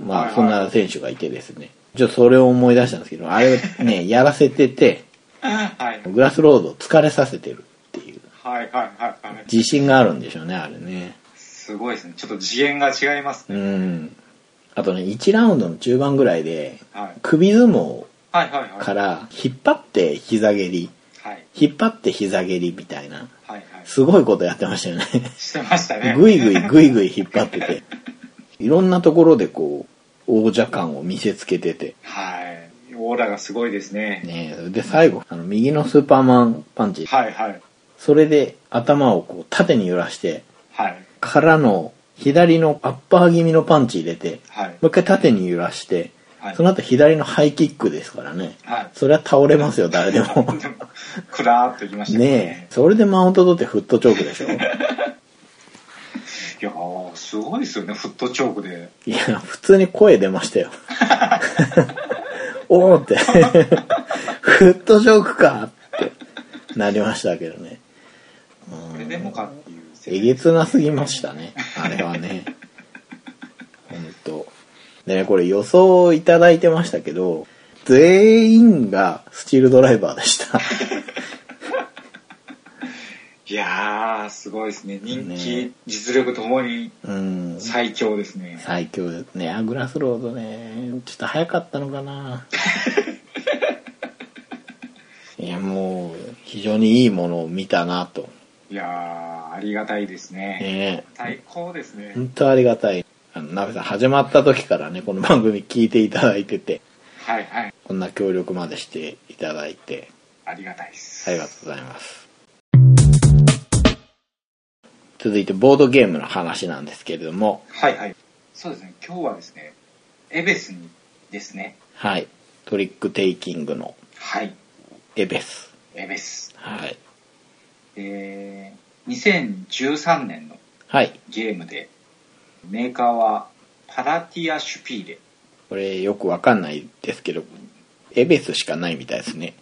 A: ま
B: は
A: あ、
B: い
A: そんな選手がいてですね。ちょっとそれを思い出したんですけど、あれを ね、やらせてて、
B: はい。
A: グラスロードを疲れさせてるっていう。
B: はいはいはいはい。
A: 自信があるんでしょうね、あれね。
B: すごいですね。ちょっと次元が違います
A: う
B: ね。
A: ん。あとね、1ラウンドの中盤ぐらいで、
B: はい。
A: 首相撲
B: はいはいはい。
A: から引っ張って膝蹴り、
B: はい
A: 引っ張って膝蹴りみたいな、
B: はいはい。
A: すごいことやってましたよね。
B: してました ね。
A: ぐいぐいぐいぐい引っ張ってて、いろんなところでこう、王者感を見せつけてて、
B: はい。オーラがすごいですね。
A: ねえで、最後、あの、右のスーパーマンパンチ、
B: はいはい。
A: それで頭をこう、縦に揺らして、
B: はい。
A: からの、左のアッパー気味のパンチ入れて、
B: はい。
A: もう一回縦に揺らして、
B: はい
A: その後左のハイキックですからね。
B: はい。
A: それは倒れますよ、誰でも。
B: でもくらーっといきました
A: ねえ、それでマウント取ってフットチョークでしょ
B: え。いやー、すごいですよね、フットチョークで。
A: いや、普通に声出ましたよ。 おーって。フットチョークかってなりましたけどね。
B: これでもかっていう。
A: えげつなすぎましたね。あれはね。ほんと。でね、これ予想いただいてましたけど、全員がスチールドライバーでした。
B: いやー、すごいですね。人気、
A: ね
B: 実力ともに
A: うん。
B: 最強ですね。
A: 最強ですね。あ、グラスロードね。ちょっと早かったのかな。いや、もう、非常にいいものを見たなと。
B: いやー、ありがたいです
A: ね
B: ね。最高ですね。
A: 本当ありがたい。あの、鍋さん、始まった時からね、この番組聞いていただいてて、
B: はいはい。
A: こんな協力までしていただいて、
B: ありがたいです。
A: ありがとうございます。続いて、ボードゲームの話なんですけれども、
B: はいはい。そうですね、今日はですね、エベスにですね。
A: はい。トリックテイキングの
B: はい。
A: エベス。
B: エベス。
A: はい。
B: えー、2013年の
A: はい。
B: ゲームで、メーカーはパラティア・シュピーレ。
A: これよくわかんないですけど、エベスしかないみたいですね。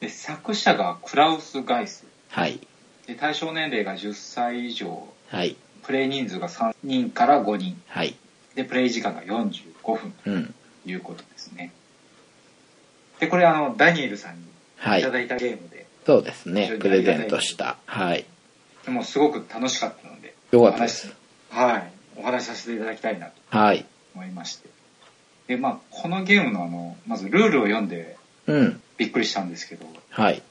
B: で作者がクラウス・ガイス。
A: はい。
B: で対象年齢が10歳以上。
A: はい。
B: プレイ人数が3人から5人。
A: はい。
B: で、プレイ時間が45分
A: うん。
B: ということですね。で、これあの、ダニエルさんに
A: はいい
B: た。だいたゲームで、
A: そうです
B: 非常
A: ね
B: に
A: プレゼントしたはい
B: でもすごく楽しかったので
A: よかったです
B: お話はいお話しさせていただきたいなと
A: はい
B: 思いましてでまあこのゲームのあのまずルールを読んで
A: うん
B: びっくりしたんですけど
A: はい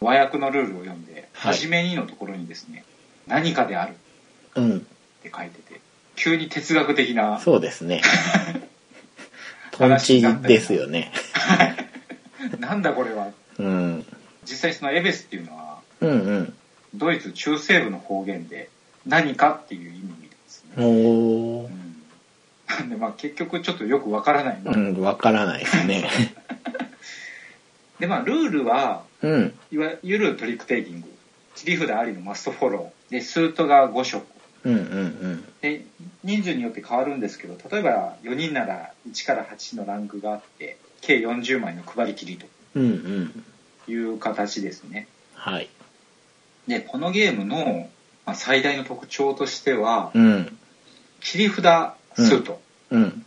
B: 和訳のルールを読んで「
A: はい
B: 初めに」のところにですね「何かである」っ
A: うん
B: て書いてて急に哲学的な
A: そうです ねトンチですよね
B: なんだこれは
A: うん
B: 実際そのエベスっていうのは
A: うん
B: ドイツ中西部の方言で何かっていう意味みたいです
A: うん
B: ね、
A: おー
B: うん、なんでまあ結局ちょっとよくわからない、
A: うんわからないですね
B: でまあルールは
A: うん
B: いわゆるトリックテイキング切り札ありのマストフォローでスートが5色
A: うんうん
B: で人数によって変わるんですけど例えば4人なら1から8のランクがあって計40枚の配り切り
A: うんうんうん
B: という形ですね
A: はい
B: でこのゲームのまあ最大の特徴としては
A: うん
B: 切り札スート、
A: うん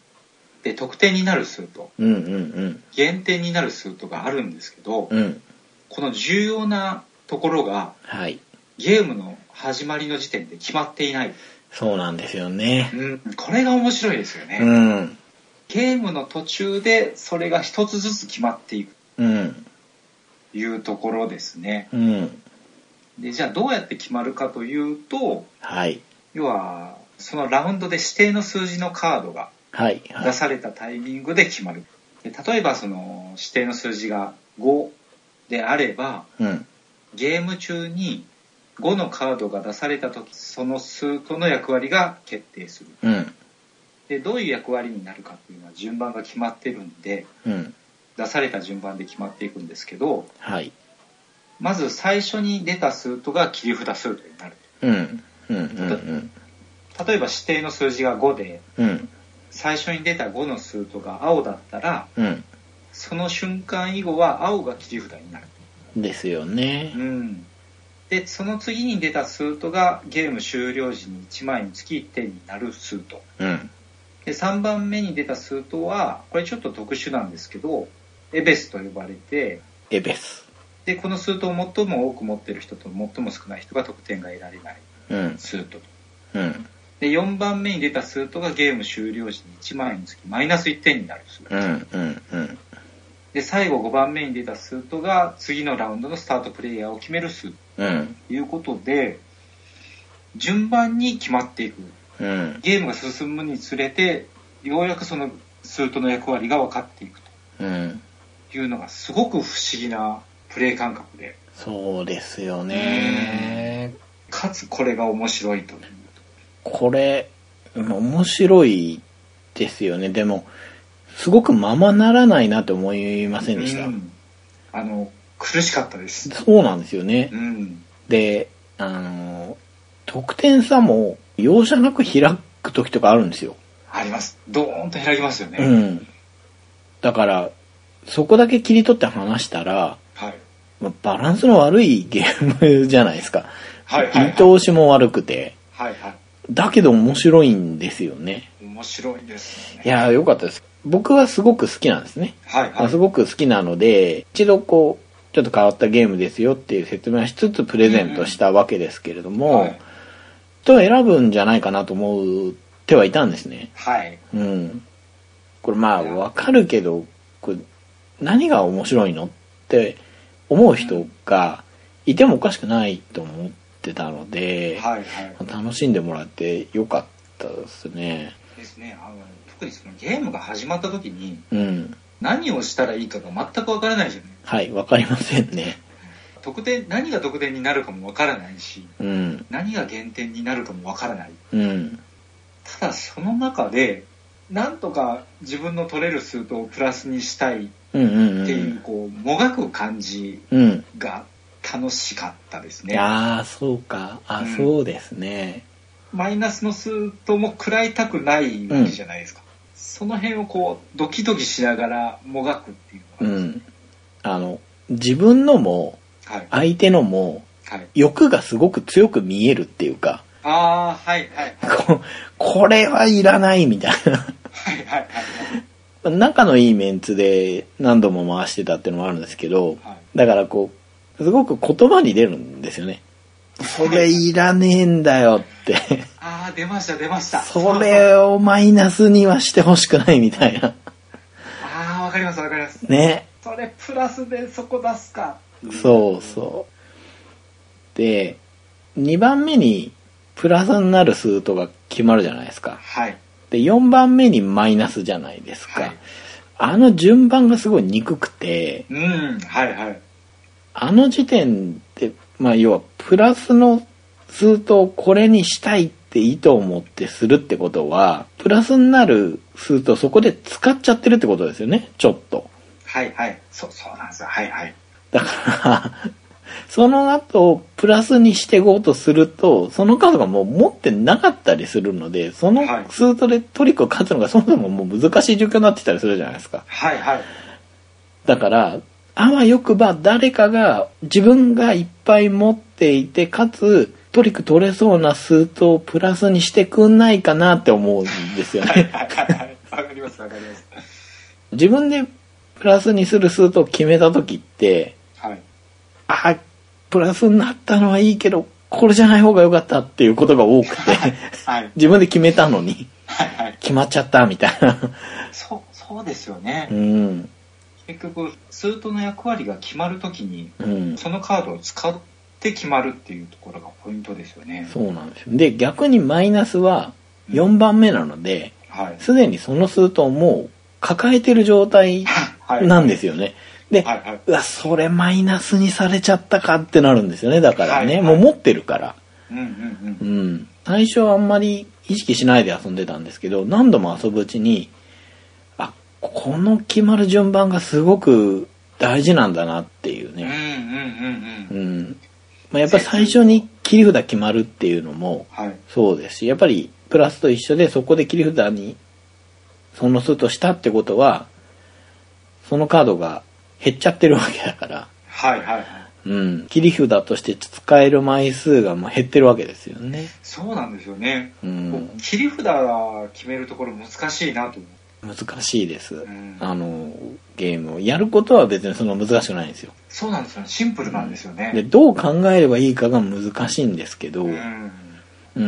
B: で得点になるスート
A: うんうんうん
B: 減点になるスートがあるんですけど
A: うん
B: この重要なところが
A: はい
B: ゲームの始まりの時点で決まっていない、
A: そうなんですよね
B: うん、これが面白いですよね、
A: うん
B: ゲームの途中でそれが一つずつ決まっていく
A: うん
B: というところですね
A: うん
B: でじゃあどうやって決まるかというと
A: はい
B: 要はそのラウンドで指定の数字のカードが
A: はいは
B: 出
A: い
B: されたタイミングで決まるで例えばその指定の数字が5であれば
A: うん
B: ゲーム中に5のカードが出された時その数との役割が決定する
A: うん
B: でどういう役割になるかっていうのは順番が決まってるんで
A: うん
B: 出された順番で決まっていくんですけど
A: はい
B: まず最初に出た数とが切り札数とになる
A: うんうんうん
B: 例えば指定の数字が5で
A: うんうん
B: 最初に出た5の数とが青だったら
A: うん
B: その瞬間以後は青が切り札になる
A: ですよね
B: うんでその次に出た数とがゲーム終了時に1枚につき1点になる数と
A: うん
B: で3番目に出た数とはこれちょっと特殊なんですけどエベスと呼ばれて
A: エベス
B: でこの数とを最も多く持ってる人と最も少ない人が得点が得られない
A: うん
B: 数と
A: うん
B: で4番目に出た数とがゲーム終了時に1枚につきマイナス1点になる数
A: うんうんうん
B: で最後5番目に出た数とが次のラウンドのスタートプレイヤーを決める数
A: うん
B: ということで順番に決まっていく
A: うん
B: ゲームが進むにつれてようやくその数との役割が分かっていくと
A: うん
B: いうのがすごく不思議なプレイ感覚で
A: そうですよね
B: かつこれが面白いという
A: これ面白いですよねでもすごくままならないなって思いませんでした、
B: うんあの苦しかったです
A: そうなんですよね
B: うん
A: であの得点差も容赦なく開く時とかあるんですよ
B: ありますドーンと開きますよね、
A: うんだからそこだけ切り取って話したら
B: はい
A: まあバランスの悪いゲームじゃないですか、
B: はいはいはい
A: 見通しも悪くて
B: はいは
A: だけど面白いんですよね
B: い面白いですね
A: いやーよかったです僕はすごく好きなんですね
B: はいはい
A: すごく好きなので一度こうちょっと変わったゲームですよっていう説明はしつつプレゼントしたわけですけれども、
B: はい
A: と選ぶんじゃないかなと思ってはいたんですね
B: はい
A: うんこれまあわかるけどこれ何が面白いのって思う人がいてもおかしくないと思ってたので、
B: はいはい
A: 楽しんでもらってよかったですね
B: ですねあの特にそのゲームが始まった時に
A: うん
B: 何をしたらいいかが全くわからないじゃない
A: はいわかりませんね
B: 得点何が得点になるかもわからないし
A: うん
B: 何が減点になるかもわからない
A: うん
B: ただその中でなんとか自分の取れる数とをプラスにしたいっ
A: うんうんうん
B: ていう、こうもがく感じ
A: うん
B: が楽しかったですね
A: ああそうかあ、
B: うん
A: そうですね
B: マイナスの数とも食らいたくないわけじゃないですか、その辺をこうドキドキしながらもがくっていう
A: う
B: のが、
A: んあの自分のも
B: はい
A: 相手のも
B: はい
A: 欲がすごく強く見えるっていうか
B: ああはいはい
A: ここれはいらないみたい
B: はいはいはい
A: な仲のいいメンツで何度も回してたっていうのもあるんですけど
B: はい
A: だからこうすごく言葉に出るんですよね。それいらねえんだよって。
B: ああ、出ました、出ました。
A: それをマイナスにはしてほしくないみたいな。
B: ああ、わかります、わかります。
A: ね。
B: それプラスでそこ出すか。
A: そうそう。で、2番目にプラスになる数とが決まるじゃないですか。
B: はい。
A: で、4番目にマイナスじゃないですか。
B: はい
A: あの順番がすごい憎くて、
B: うん、はい、はい。
A: あの時点で、まあ要はプラスの数とをこれにしたいって意図を持ってするってことは、プラスになる数とそこで使っちゃってるってことですよね、ちょっと。
B: はい、はい。そう、そうなんですよ。はい、はい。
A: だから、 その後、プラスにしていこうとすると、その数がもう持ってなかったりするので、その
B: はい
A: 数とでトリックを勝つのがそもそももう難しい状況になってたりするじゃないですか。
B: はい、はい。
A: だから、あわよくば誰かが自分がいっぱい持っていて、かつトリック取れそうな数とプラスにしてくんないかなって思うんですよね。
B: はい、はい。わかります、わかります。
A: 自分でプラスにする数とを決めた時って、
B: はい。
A: あ、プラスになったのはいいけど、これじゃない方が良かったっていうことが多くて、
B: はい。
A: 自分で決めたのに、
B: はい、はい。
A: 決まっちゃったみたいな。
B: そう、そうですよね
A: う。ん。
B: 結局、スートの役割が決まるときに、
A: うん。
B: そのカードを使って決まるっていうところがポイントですよね。
A: そうなんですよ。で、逆にマイナスは4番目なので、
B: はい。
A: すでにその数ともう抱えてる状態
B: はい。
A: なんですよね。で、
B: はい、はい。
A: うわ、それマイナスにされちゃったかってなるんですよね。だからね、
B: はい
A: もう持ってるから。
B: うん、うん、うん
A: う。ん、最初はあんまり意識しないで遊んでたんですけど何度も遊ぶうちにあこの決まる順番がすごく大事なんだなっていう
B: うん、うん、
A: ね、
B: うん、う。
A: うんんまあ、やっぱり最初に切り札決まるっていうのも
B: はい。
A: そうですしやっぱりプラスと一緒でそこで切り札にその数としたってことはそのカードが減っちゃってるわけだから、
B: はい、はい、はい。
A: うん、切り札として使える枚数がもう減ってるわけですよね。
B: そうなんですよね。
A: うん
B: こう切り札決めるところ難しいなと思う。
A: 難しいです、
B: ん
A: あのゲームをやることは別にそんな難しくないんですよ
B: そうなんですよね。シンプルなんですよ
A: で
B: ね。
A: どう考えればいいかが難しいんですけど、
B: う
A: うん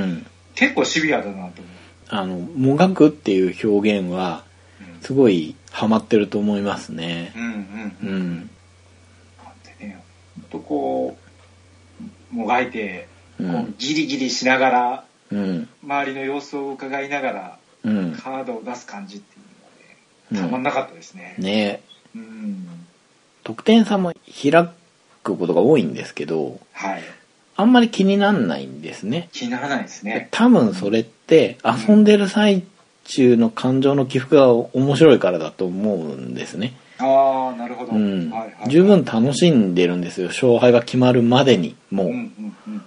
B: ん、結構シビアだなと思
A: あのもがくっていう表現はすごいハマってると思いますね
B: う。うん、うん、う。
A: うんん
B: なんでね、ほんとこう、もがいて、こ
A: う
B: うんギリギリしながら、
A: うん
B: 周りの様子を伺いながら、
A: うん
B: カードを出す感じっていうの
A: う
B: はね、たまん
A: ん
B: なかったですね。
A: ね
B: うん。
A: 得点差も開くことが多いんですけど
B: はい。
A: あんまり気になんないんですね
B: 気にならないですね。
A: 多分それって遊んでる最中の感情の起伏が面白いからだと思うんですね
B: ああ、なるほど。
A: うん
B: はいはい、
A: 十分楽しんでるんですよ勝敗が決まるまでにも
B: うん、う、
A: うん
B: うん、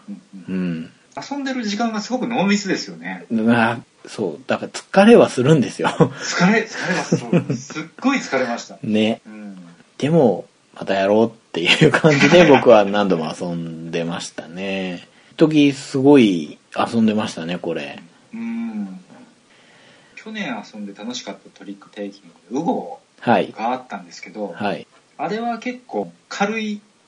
B: うん。うん
A: うん、
B: 遊んでる時間がすごく濃密ですよね。
A: うわそうだから疲れはするんですよ
B: 疲れ、疲れます。そうすっごい疲れました。
A: ね
B: うん。
A: でもまたやろうっていう感じで 僕は何度も遊んでましたね一時すごい遊んでましたねこれ
B: うん。去年遊んで楽しかったトリックテイキングで、ウゴ
A: はい
B: があったんですけど、
A: はい
B: あれは結構軽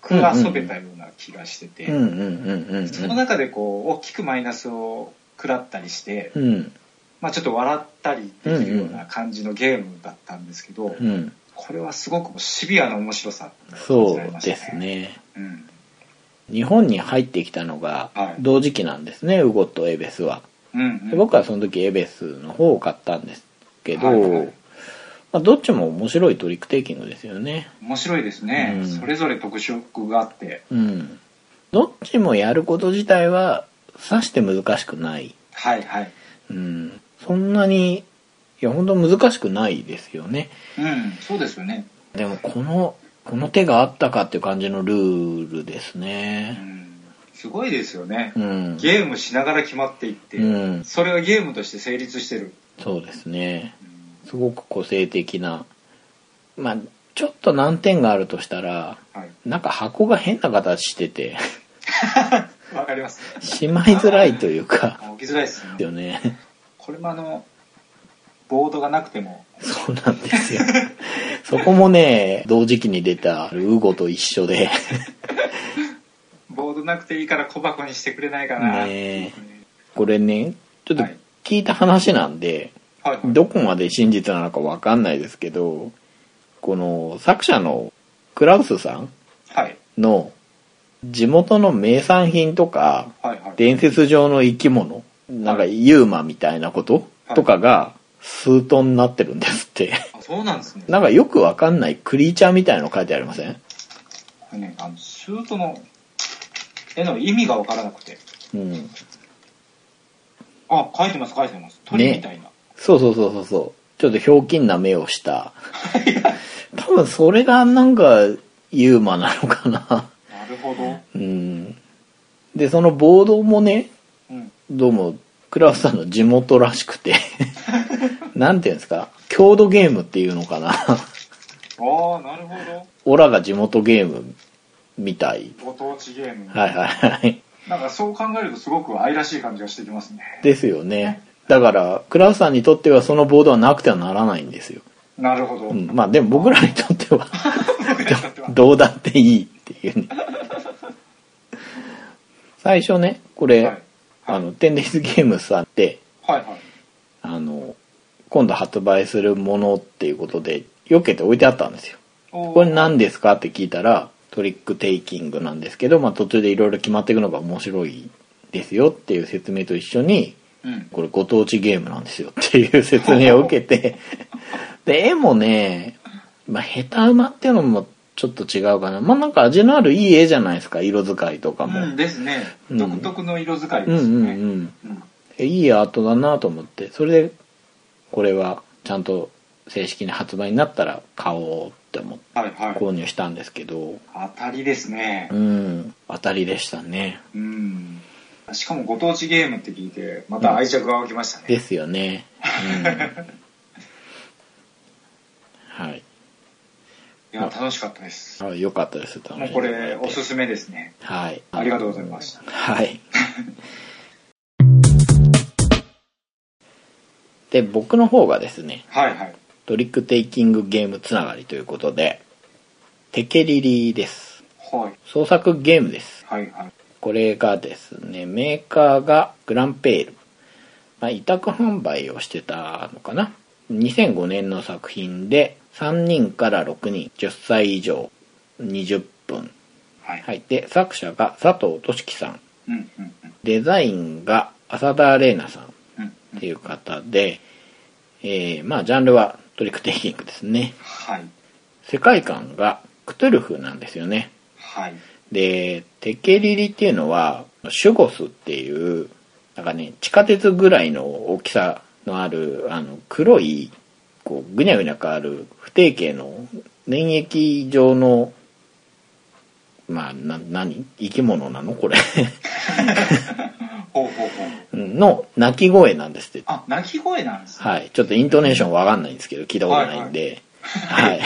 B: く遊べたような気がしてて、
A: うんうんうんうん
B: その中でこう、大きくマイナスを食らったりして、
A: うんうん
B: まあちょっと笑ったりできるような感じのゲームだったんですけど、
A: うん
B: これはすごくシビアな面白さが
A: そ
B: 感じられ
A: う
B: まし
A: で
B: た
A: す。ね
B: うん。
A: 日本に入ってきたのが
B: はい
A: 同時期なんですね、ウゴとエベスは
B: うん、う
A: で
B: ん。
A: 僕はその時エベスの方を買ったんですけど、
B: はいはい
A: まあ、どっちも面白いトリックテイキングですよね
B: 面白いですね、
A: うん
B: それぞれ特色があって
A: うんどっちもやること自体はさして難しくない、
B: はいはい
A: うん、そんなにいや本当難しくないですよね
B: うんそうですよね、
A: でもこのこの手があったかっていう感じのルールです
B: う
A: ね
B: ん、すごいですよね、
A: うん
B: ゲームしながら決まっていって、
A: うん
B: それがゲームとして成立してる、
A: そうですね
B: うん
A: すごく個性的なまあちょっと難点があるとしたら
B: はい
A: なんか箱が変な形してて
B: わかります
A: しまいづらいというか、
B: あ起きづらいですよ
A: です
B: ね
A: よね。
B: これもあのボードがなくても
A: そうなんですよ。そこもね、同時期に出たウゴと一緒で、
B: 少なくていいから小箱にしてくれないかな、
A: ねこれね、ちょっと
B: はい
A: 聞いた話なんで、
B: はいはい
A: どこまで真実なのかわかんないですけど、この作者のクラウスさん
B: はい
A: の地元の名産品とか、
B: はいはい
A: 伝説上の生き物、なんかユーマみたいなこと
B: はい
A: とかが数トンになってるんですって。
B: あそうなんですね
A: なんかよくわかんないクリーチャーみたいの書いてありません
B: ねあのシュートの絵の意味が分からなくて
A: うん。
B: あ書いてます書いてます鳥みたいな、
A: そうそうそうそうそう。ちょっとひょうきんな目をした。多分それがなんかユーマなのかな。
B: なるほど
A: うん。で、そのボードもね、
B: うん
A: どうも、クラウスさんの地元らしくて、なんていうんですか、郷土ゲームっていうのかな。
B: ああなるほ
A: オラが地元ゲームみたい。
B: どご当地ゲーム、
A: はいはいはい。
B: なんかそう考えるとすごく愛らしい感じがしてきますね
A: ですよね。だから、クラウスさんにとってはそのボードはなくてはならないんですよ。
B: なるほど、
A: うん、まあでも僕らにとっては
B: 僕らにとっては
A: どうだっていいっていうね。 最初ね、これ、
B: はい
A: あの、テンデイズゲームズさんって、
B: はいはい
A: あの、今度発売するものっていうことで、避けて置いてあったんですよ。
B: おー
A: これ何ですかって聞いたら、トリックテイキングなんですけど、まあ途中でいろいろ決まっていくのが面白いですよっていう説明と一緒に、
B: うん
A: これご当地ゲームなんですよっていう説明を受け て、で、絵もね、まあ下手馬っていうのもちょっと違うかな。まあなんか味のあるいい絵じゃないですか、色使いとかも。う
B: うん
A: ん
B: ですね、
A: うん
B: 独特の色使い
A: うん
B: です
A: うん
B: ね、うん
A: えいいアートだなと思って、それで、これはちゃんと正式に発売になったら買おうって思って
B: はいはい
A: 購入したんですけど、
B: 当たりですね
A: うん、当たりでしたね。
B: うんしかもご当地ゲームって聞いてまた愛着が湧きましたね、
A: ですよね。 うん、はい。
B: いや楽しかったです
A: あ良かったです。楽
B: もう
A: しん
B: こ
A: でもら
B: れ
A: えて
B: おすすめですね
A: はい。
B: ありがとうございました
A: はい。 で、僕の方がですね、
B: はいはい
A: トリックテイキングゲームつながりということで、テケリリです。
B: はい
A: 創作ゲームです。
B: はいはい
A: これがですね、メーカーがグランペール。まあ、委託販売をしてたのかな。2005年の作品で、3人から6人、10歳以上、20分。
B: はい
A: はい。で、作者が佐藤俊樹さん。
B: うんうんうん
A: デザインが浅田玲奈さんっ
B: うん
A: ていう方で、えー、まあ、ジャンルはトリックテイキングですね。
B: はい
A: 世界観がクトゥルフなんですよね。
B: はい
A: で、テケリリっていうのは、シュゴスっていう、なんかね、地下鉄ぐらいの大きさのある、あの、黒い、こう、ぐにゃぐにゃ変わる不定形の粘液状の、まあ、な、何生き物なのこれ。
B: ほうほうほ
A: う
B: う
A: んの鳴き声なんですって。
B: あ鳴き声なんですね
A: はい。ちょっとイントネーションわかんないんですけど、聞いたことないんで。はい。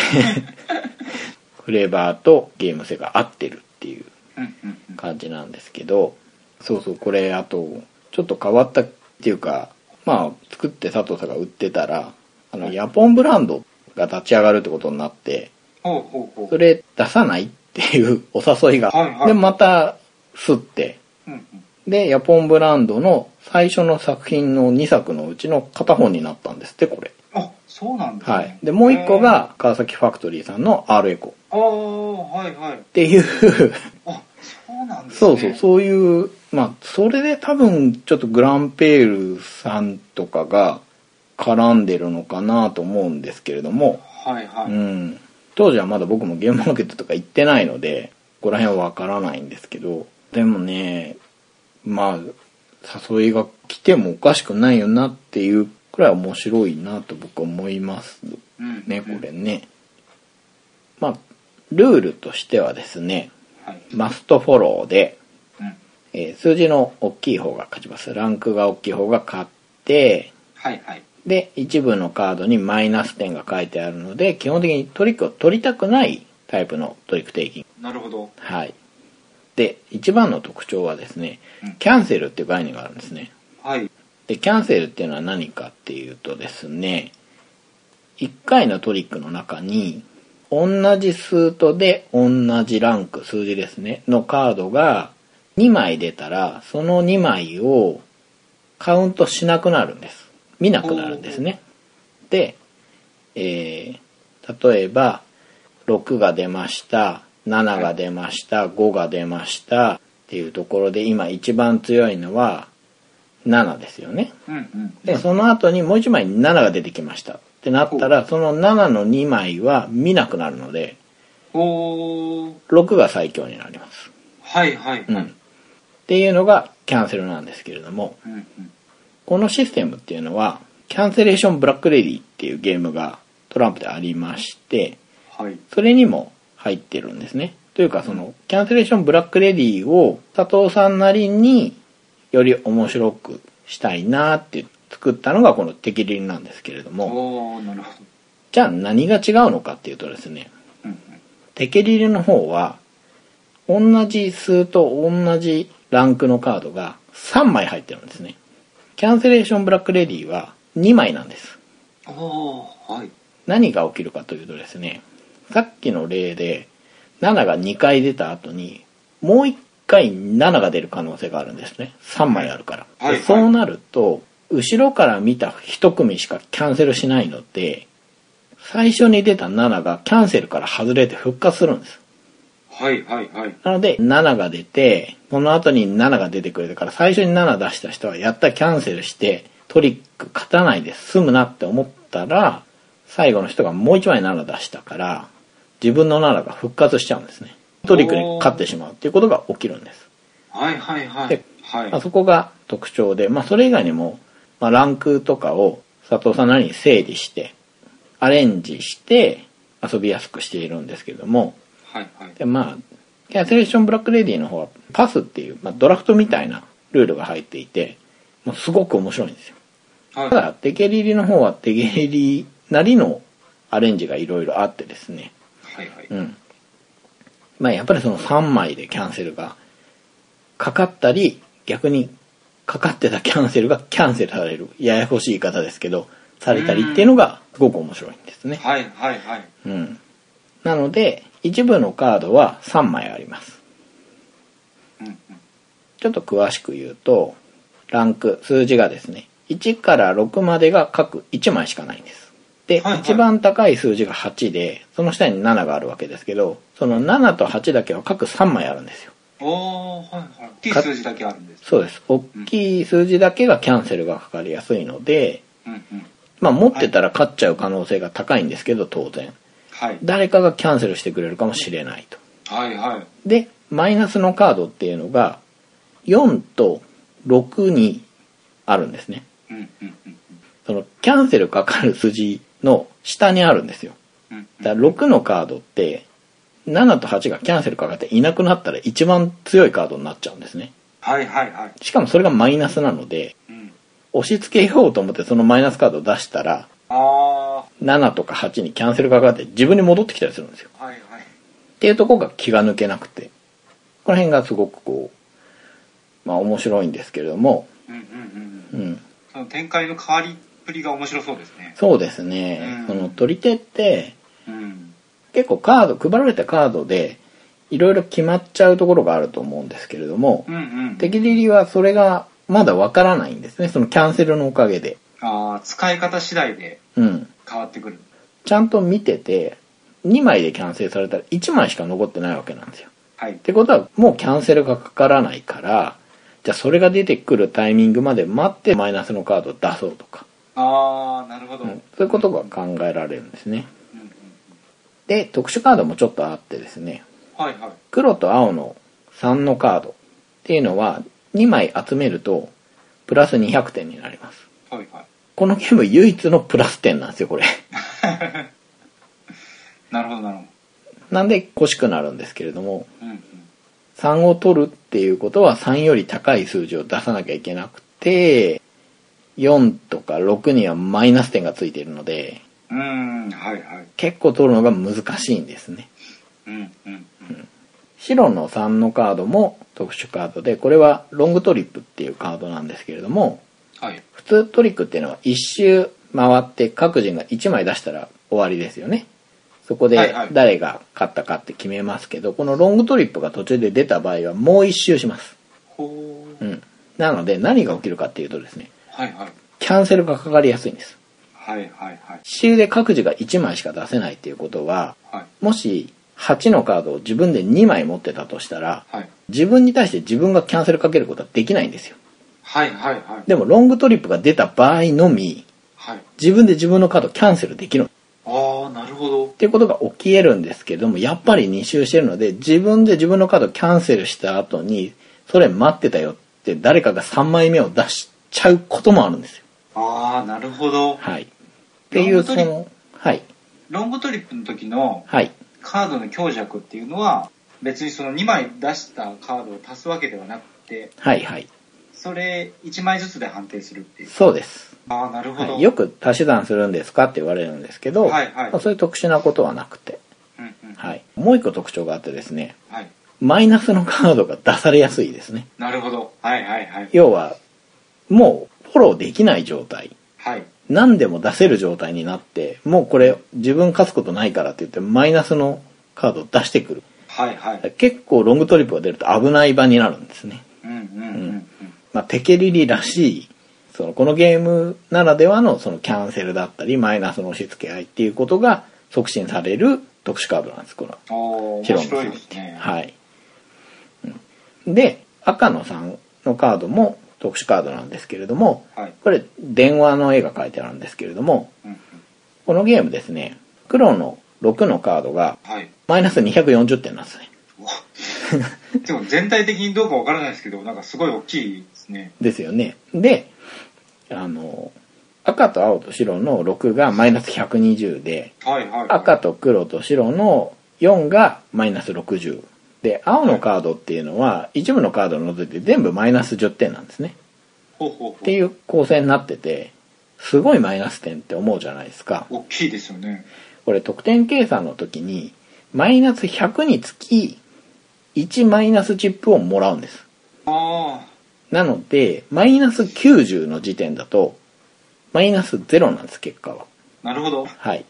A: フレーバーとゲーム性が合ってるっていう。
B: うんうんうん
A: 感じなんですけどそうそうこれあとちょっと変わったっていうかまあ作って佐藤さんが売ってたらあのヤポンブランドが立ち上がるってことになって
B: ほうほうほ
A: それ出さないっていうお誘いが、
B: はいはい
A: でまたすって
B: ううんうん
A: でヤポンブランドの最初の作品の2作のうちの片方になったんですってこれ
B: あそうなんだ、ね、
A: はいでもう1個が川崎ファクトリーさんの R エコっ
B: へーああはいはい
A: ていう
B: あそうなんです
A: そ
B: ね
A: うそう、 そういう、まあ、それで多分、ちょっとグランペールさんとかが絡んでるのかなと思うんですけれども、
B: はいは
A: う
B: い、
A: ん。当時はまだ僕もゲームマーケットとか行ってないので、ここら辺はわからないんですけど、でもね、まあ、誘いが来てもおかしくないよなっていうくらい面白いなと僕は思います
B: うん
A: ね、これね。まあ、ルールとしてはですね、
B: はい
A: マストフォローで、
B: うん
A: えー数字の大きい方が勝ちます。ランクが大きい方が勝って、
B: はいはい
A: で、一部のカードにマイナス点が書いてあるので、基本的にトリックを取りたくないタイプのトリックテイキング。
B: なるほど
A: はい。で、一番の特徴はですね
B: うん、
A: キャンセルっていう概念があるんですね。
B: はい
A: で、キャンセルっていうのは何かっていうとですね、1回のトリックの中に、同じスートで同じランク、数字ですね、のカードが2枚出たら、その2枚をカウントしなくなるんです。見なくなるんですね。で、えー例えば、6が出ました、7が出ました、5が出ましたっていうところで、今一番強いのは7ですよね。
B: うんうん。
A: で、その後にもう1枚7が出てきましたってなったら、その7の2枚は見なくなるので、
B: おー、
A: 6が最強になります。
B: はいはいはい。
A: うん。っていうのがキャンセルなんですけれども、
B: うんうん
A: このシステムっていうのは、キャンセレーションブラックレディっていうゲームがトランプでありまして、
B: はい。
A: それにも入ってるんですね。というか、その、キャンセレーションブラックレディを佐藤さんなりにより面白くしたいなって作ったのがこの適輪なんですけれども、
B: おー、なるほど。
A: じゃあ何が違うのかっていうとですね、
B: うんうん。
A: テケリレの方は同じ数と同じランクのカードが3枚入ってるんですねキャンセレーションブラックレディは2枚なんです
B: おー、はい。
A: 何が起きるかというとですねさっきの例で7が2回出た後にもう1回7が出る可能性があるんですね3枚あるから、
B: はいはい
A: でそうなると後ろから見た1組しかキャンセルしないので最初に出た7がキャンセルから外れて復活するんです
B: はいはいはい。
A: なので、7が出て、その後に7が出てくれたから、最初に7出した人は、やった、キャンセルして、トリック勝たないで済むなって思ったら、最後の人がもう1枚7出したから、自分の7が復活しちゃうんですね。トリックに勝ってしまうっていうことが起きるんです。
B: はいはいは
A: で
B: い。はい
A: まあ、。そこが特徴で、まあ、それ以外にも、まあ、ランクとかを佐藤さんなりに整理して、アレンジして、遊びやすくしているんですけれども、
B: はいはい。
A: でまあキャンセレーションブラックレディの方はパスっていう、まあ、ドラフトみたいなルールが入っていて、まあ、すごく面白いんですよ
B: はい
A: ただテケリリの方はテケリリなりのアレンジがいろいろあってですね
B: はいはい。
A: うんまあやっぱりその3枚でキャンセルがかかったり逆にかかってたキャンセルがキャンセルされるややこしい言い方ですけどされたりっていうのがすごく面白いんですね
B: はいはいはい。
A: うんなので一部のカードは3枚あります
B: うんうん。
A: ちょっと詳しく言うと、ランク、数字がですね、1から6までが各1枚しかないんです。で、
B: はいはい
A: 一番高い数字が8で、その下に7があるわけですけど、その7と8だけは各3枚あるんですよ。
B: おー、はいはい。大きい数字だけあるんです。
A: そうです。大きい数字だけがキャンセルがかかりやすいので、
B: うんうん。
A: まあ持ってたら勝っちゃう可能性が高いんですけど、当然。
B: はい。
A: 誰かがキャンセルしてくれるかもしれないと。
B: はいはい。
A: で、マイナスのカードっていうのが、4と6にあるんですね。
B: うんうんうん
A: そのキャンセルかかる筋の下にあるんですよ。
B: うん。うん
A: だから6のカードって、7と8がキャンセルかかっていなくなったら一番強いカードになっちゃうんですね。
B: はいはいはい。
A: しかもそれがマイナスなので、
B: うん。
A: 押し付けようと思ってそのマイナスカードを出したら、
B: あ
A: 7とか8にキャンセルかかって自分に戻ってきたりするんですよ。
B: ー、はいはい。
A: っていうところが気が抜けなくて。この辺がすごくこう、まあ面白いんですけれども、
B: うんうんうん
A: う
B: うん。
A: ん。
B: その展開の変わりっぷりが面白そうですね。
A: そうですね。
B: う
A: そ
B: ん
A: の取り手って、
B: うん。
A: 結構カード配られたカードでいろいろ決まっちゃうところがあると思うんですけれども
B: うんうん。
A: 敵リリはそれがまだわからないんですねそのキャンセルのおかげで
B: あー、使い方次第で
A: うん
B: 変わってくる。
A: ちゃんと見てて2枚でキャンセルされたら1枚しか残ってないわけなんですよ
B: はい
A: っ。てことはもうキャンセルがかからないからじゃあそれが出てくるタイミングまで待ってマイナスのカードを出そうとか、
B: あー、なるほど。
A: う
B: うんん
A: そういうことが考えられるんですね
B: うん
A: で特殊カードもちょっとあってですね
B: はいはい。
A: 黒と青の3のカードっていうのは2枚集めるとプラス200点になります
B: はいはい。
A: このゲーム唯一のプラス点なんですよこれ
B: なるほどなるほ
A: なんで欲しくなるんですけれども
B: ど。うんうん。
A: 3を取るっていうことは3より高い数字を出さなきゃいけなくて4とか6にはマイナス点がついているので
B: うーん、はいはい。
A: 結構取るのが難しいんですね
B: うんうんうん。
A: 白の3のカードも特殊カードでこれはロングトリップっていうカードなんですけれども
B: はい。
A: 普通トリックっていうのは一周回って各人が1枚出したら終わりですよねそこ
B: はい
A: で
B: はい
A: 誰が勝ったかって決めますけど、このロングトリップが途中で出た場合はもう一周します
B: ほう、
A: うん。なので、何が起きるかっていうとですね、
B: はいはい
A: キャンセルがかかりやすいんです。
B: はいはいはい
A: 仕入れ各自が1枚しか出せないっていうことは、
B: はい
A: もし8のカードを自分で2枚持ってたとしたら、
B: はい
A: 自分に対して自分がキャンセルかけることはできないんですよ。
B: はいはいはい
A: でも、ロングトリップが出た場合のみ、
B: はい
A: 自分で自分のカードをキャンセルできるっ
B: ああなるほど
A: ていうことが起きえるんですけども、やっぱり2周してるので、自分で自分のカードをキャンセルした後に、それ待ってたよって誰かが3枚目を出しちゃうこともあるんですよ。
B: ああなるほど
A: はい。っていう、
B: ロング
A: そ
B: トリップ
A: の、はい。
B: ロングトリップの時の
A: はい。
B: カードの強弱っていうのは別にその2枚出したカードを足すわけではなくて
A: はいはい。
B: それ1枚ずつで判定するっていう
A: そうです。
B: ああなるほど、
A: はい、よく足し算するんですかって言われるんですけど、
B: はいはい
A: まあそういう特殊なことはなくて、
B: うんうん
A: はい、もう一個特徴があってですね
B: はい
A: マイナスのカードが出されやすいですね
B: なるほどはいはいはい
A: 要はもうフォローできない状態
B: はい
A: 何でも出せる状態になってもうこれ自分勝つことないからって言ってマイナスのカードを出してくる
B: はいはい
A: 結構ロングトリップが出ると危ない場になるんですね、
B: うんうんうん
A: まあ、テケリリらしいそのこのゲームならではのそのキャンセルだったりマイナスの押し付け合いっていうことが促進される特殊カードなんですこの
B: うんおお
A: 白
B: 面
A: の
B: 白い
A: 3
B: ですね
A: はい、うんで赤の3のカードも特殊カードなんですけれども
B: はい
A: これ電話の絵が描いてあるんですけれども
B: うんうん
A: このゲームですね黒の6のカードが
B: はい
A: マイナス240点なんですね
B: うわでも全体的にどうかわからないですけどなんかすごい大きいですね
A: ですよねであの赤と青と白の6がマイナス120で
B: はいはい、はい、
A: 赤と黒と白の4がマイナス60で青のカードっていうのは一部のカードを除いて全部マイナス10点なんですね
B: ほうほうほ
A: って
B: う
A: いう構成になっててすごいマイナス点って思うじゃないですか
B: 大きいですよね
A: これ得点計算の時にマイナス100につき1マイナスチップをもらうんです
B: あ
A: なのでマイナス90の時点だとマイナス0なんです結果は
B: あなるほど
A: はい。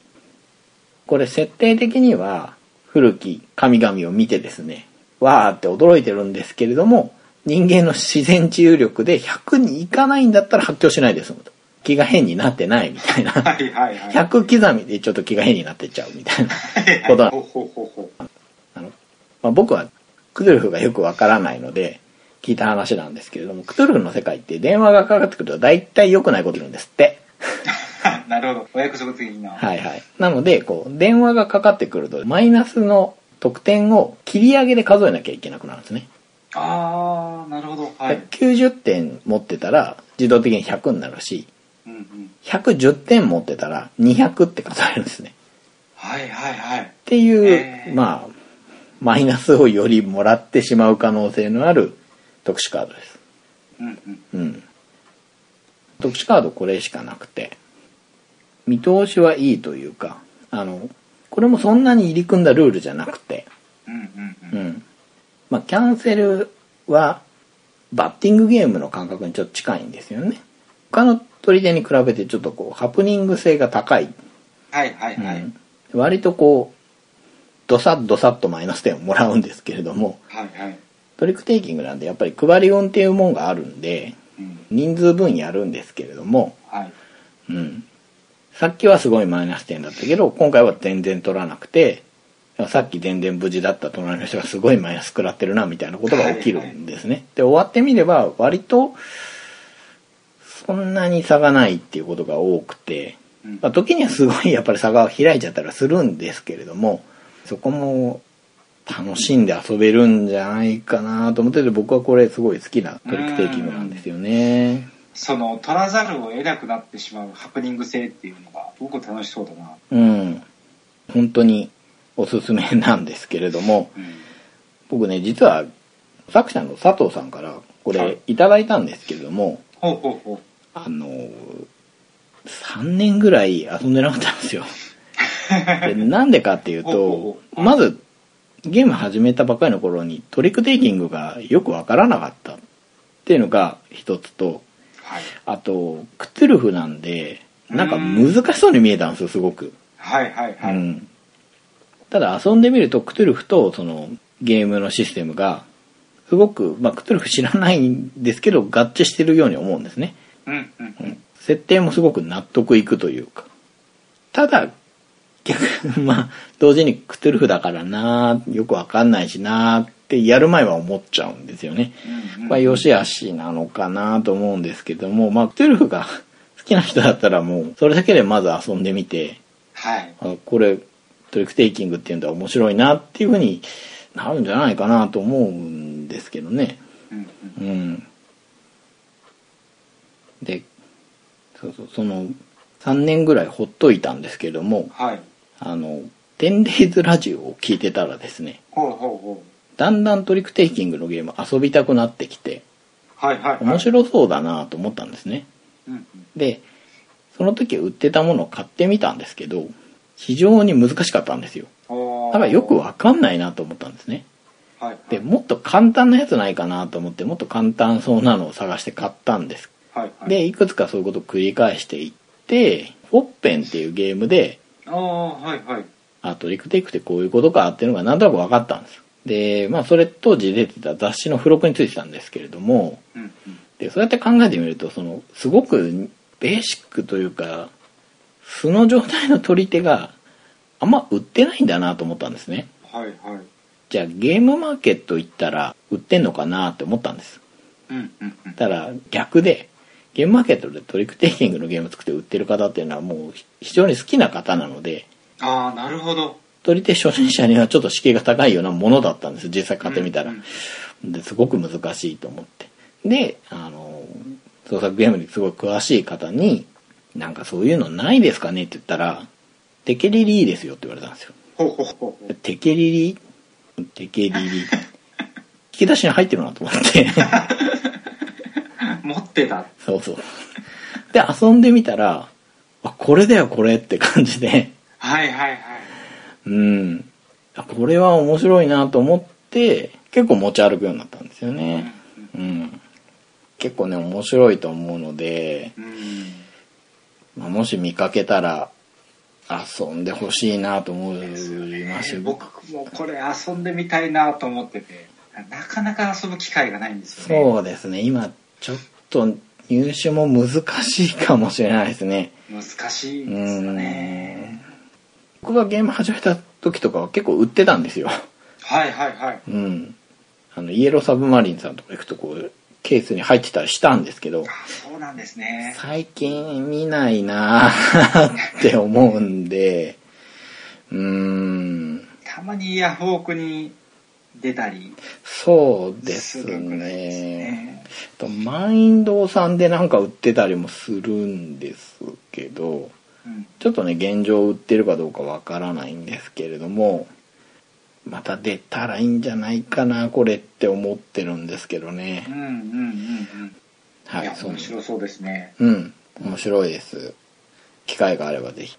A: これ設定的には古き神々を見てですね、わーって驚いてるんですけれども、人間の自然治癒力で100にいかないんだったら発狂しないですもんと。気が変になってないみたい な。
B: はいはいはい
A: 100刻みでちょっと気が変になってっちゃうみたいな
B: はい
A: ことな
B: ほうほうほうほう
A: あの、まあ、僕はクトゥルフがよくわからないので聞いた話なんですけれども、クトゥルフの世界って電話がかかってくると大体良くないこと言うんですって。
B: なるほどお約束的な、
A: はいはい。なので、こう、電話がかかってくると、マイナスの得点を切り上げで数えなきゃいけなくなるんですね。
B: ああなるほどはい、
A: 90点持ってたら、自動的に100になるし、
B: うんうん、
A: 110点持ってたら、200って数えるんですね。
B: はいはいはい
A: っていう、
B: えー
A: まあ、マイナスをよりもらってしまう可能性のある特殊カードです。
B: うんうん
A: うん。特殊カードこれしかなくて、見通しはいいというか、あの、これもそんなに入り組んだルールじゃなくて、
B: うんうんう
A: うんん。まあ、キャンセルは、バッティングゲームの感覚にちょっと近いんですよね。他の取り手に比べてちょっとこう、ハプニング性が高い。
B: はいはいはい、
A: うん割とこう、ドサッドサッとマイナス点をもらうんですけれども、
B: はいはい
A: トリックテイキングなんでやっぱり配り音っていうもんがあるんで、
B: うん
A: 人数分やるんですけれども、
B: はい
A: うん。さっきはすごいマイナス点だったけど、今回は全然取らなくて、さっき全然無事だった隣の人がすごいマイナス食らってるな、みたいなことが起きるんですね。で、終わってみれば、割と、そんなに差がないっていうことが多くて、
B: うん
A: まあ、時にはすごいやっぱり差が開いちゃったりはするんですけれども、そこも楽しんで遊べるんじゃないかなと思ってて、僕はこれすごい好きなトリックテイキングなんですよね。
B: その取らざるを得なくなってしまうハプニング性っていうのが僕楽しそうだな、
A: うん。本当におすすめなんですけれども、
B: うん、
A: 僕ね、実は作者の佐藤さんからこ
B: はい
A: れいただいたんですけれども、
B: ほうほうほう
A: あのー、3年ぐらい遊んでなかったんですよ。 でなんでかっていう
B: ほう
A: と
B: ほ、うほう
A: まずゲーム始めたばかりの頃にトリックテイキングがよくわからなかったっていうのが一つと、
B: はい
A: あと、クトゥルフなんで、なんか難しそうに見えたんですよ、すごく。
B: はいはいは
A: う
B: い、
A: ん、ただ遊んでみるとクトゥルフとそのゲームのシステムがすごく、まあ、クトゥルフ知らないんですけど合致してるように思うんですね
B: うんうんうん
A: 設定もすごく納得いくというかただ逆 まあ同時にクトゥルフだからなよくわかんないしなってやる前は思っちゃうんですよね
B: うんうん
A: まあ、よしあしなのかなと思うんですけども、まあ、クトゥルフが好きな人だったらもう、それだけでまず遊んでみて、
B: はい
A: あこれ、トリックテイキングっていうのは面白いなっていうふうになるんじゃないかなと思うんですけどね。
B: うんうん
A: うん。で、そうそう、その、3年ぐらいほっといたんですけども、
B: はい
A: あの、10days ラジオを聞いてたらですね、
B: ほうほうほ
A: だんだんトリックテイキングのゲーム遊びたくなってきて、
B: うはいはいはい
A: 面白そうだなと思ったんですね
B: うんうん
A: でその時売ってたものを買ってみたんですけど非常に難しかったんですよ
B: おー
A: だからよくわかんないなと思ったんですね
B: はいはい
A: でもっと簡単なやつないかなと思ってもっと簡単そうなのを探して買ったんです
B: はいはい
A: でいくつかそういうことを繰り返していってホッペンっていうゲームで
B: ああはいはい
A: あトリックテイクってこういうことかっていうのがなんとなく分かったんですでまあそれ当時出てた雑誌の付録についてたんですけれども
B: うんうん
A: でそうやって考えてみるとそのすごくベーシックというか素の状態の取り手があんま売ってないんだなと思ったんですね
B: はいはい
A: じゃあゲームマーケット行ったら売ってんのかなって思ったんです
B: うんうんうん
A: ただ逆でゲームマーケットでトリックテイキングのゲーム作って売ってる方っていうのはもう非常に好きな方なので
B: ああなるほど
A: 取り手初心者にはちょっと敷居が高いようなものだったんです実際買ってみたら、
B: うんうん
A: ですごく難しいと思ってであの創作ゲームにすごい詳しい方に「なんかそういうのないですかね?」って言ったら「テケリリーですよ」って言われたんですよ
B: ほうほうほうほ
A: 「
B: う
A: テケリリーテケリリー」引き出しに入ってるなと思って
B: 持ってた
A: そうそうで遊んでみたら「あこれだよこれ」って感じで
B: はいはいはい
A: うんあこれは面白いなと思って結構持ち歩くようになったんですよねうん結構ね面白いと思うので
B: うん
A: まあ、もし見かけたら遊んでほしいなと思いま
B: え
A: す
B: ー僕もこれ遊んでみたいなと思っててなかなか遊ぶ機会がないんですよね
A: そうですね今ちょっと入手も難しいかもしれないですね
B: 難しい
A: うん
B: ですよね
A: 僕がゲーム始めた時とかは結構売ってたんですよ
B: はいはいはい
A: うんあのイエローサブマリンさんとか行くとこうケースに入ってたりしたんですけど
B: あそうなんですね
A: 最近見ないなーって思うんでうーん
B: たまにヤフオクに出たり
A: そうですす
B: るぐらいです
A: ね
B: ね
A: とマインドさんでなんか売ってたりもするんですけど
B: うん
A: ちょっとね現状売ってるかどうかわからないんですけれどもまた出たらいいんじゃないかなこれって思ってるんですけど
B: うん
A: ね
B: うんうんうん
A: はいい
B: や
A: そう
B: 面
A: です
B: 白そうですね
A: うん面白いです機会があればぜひ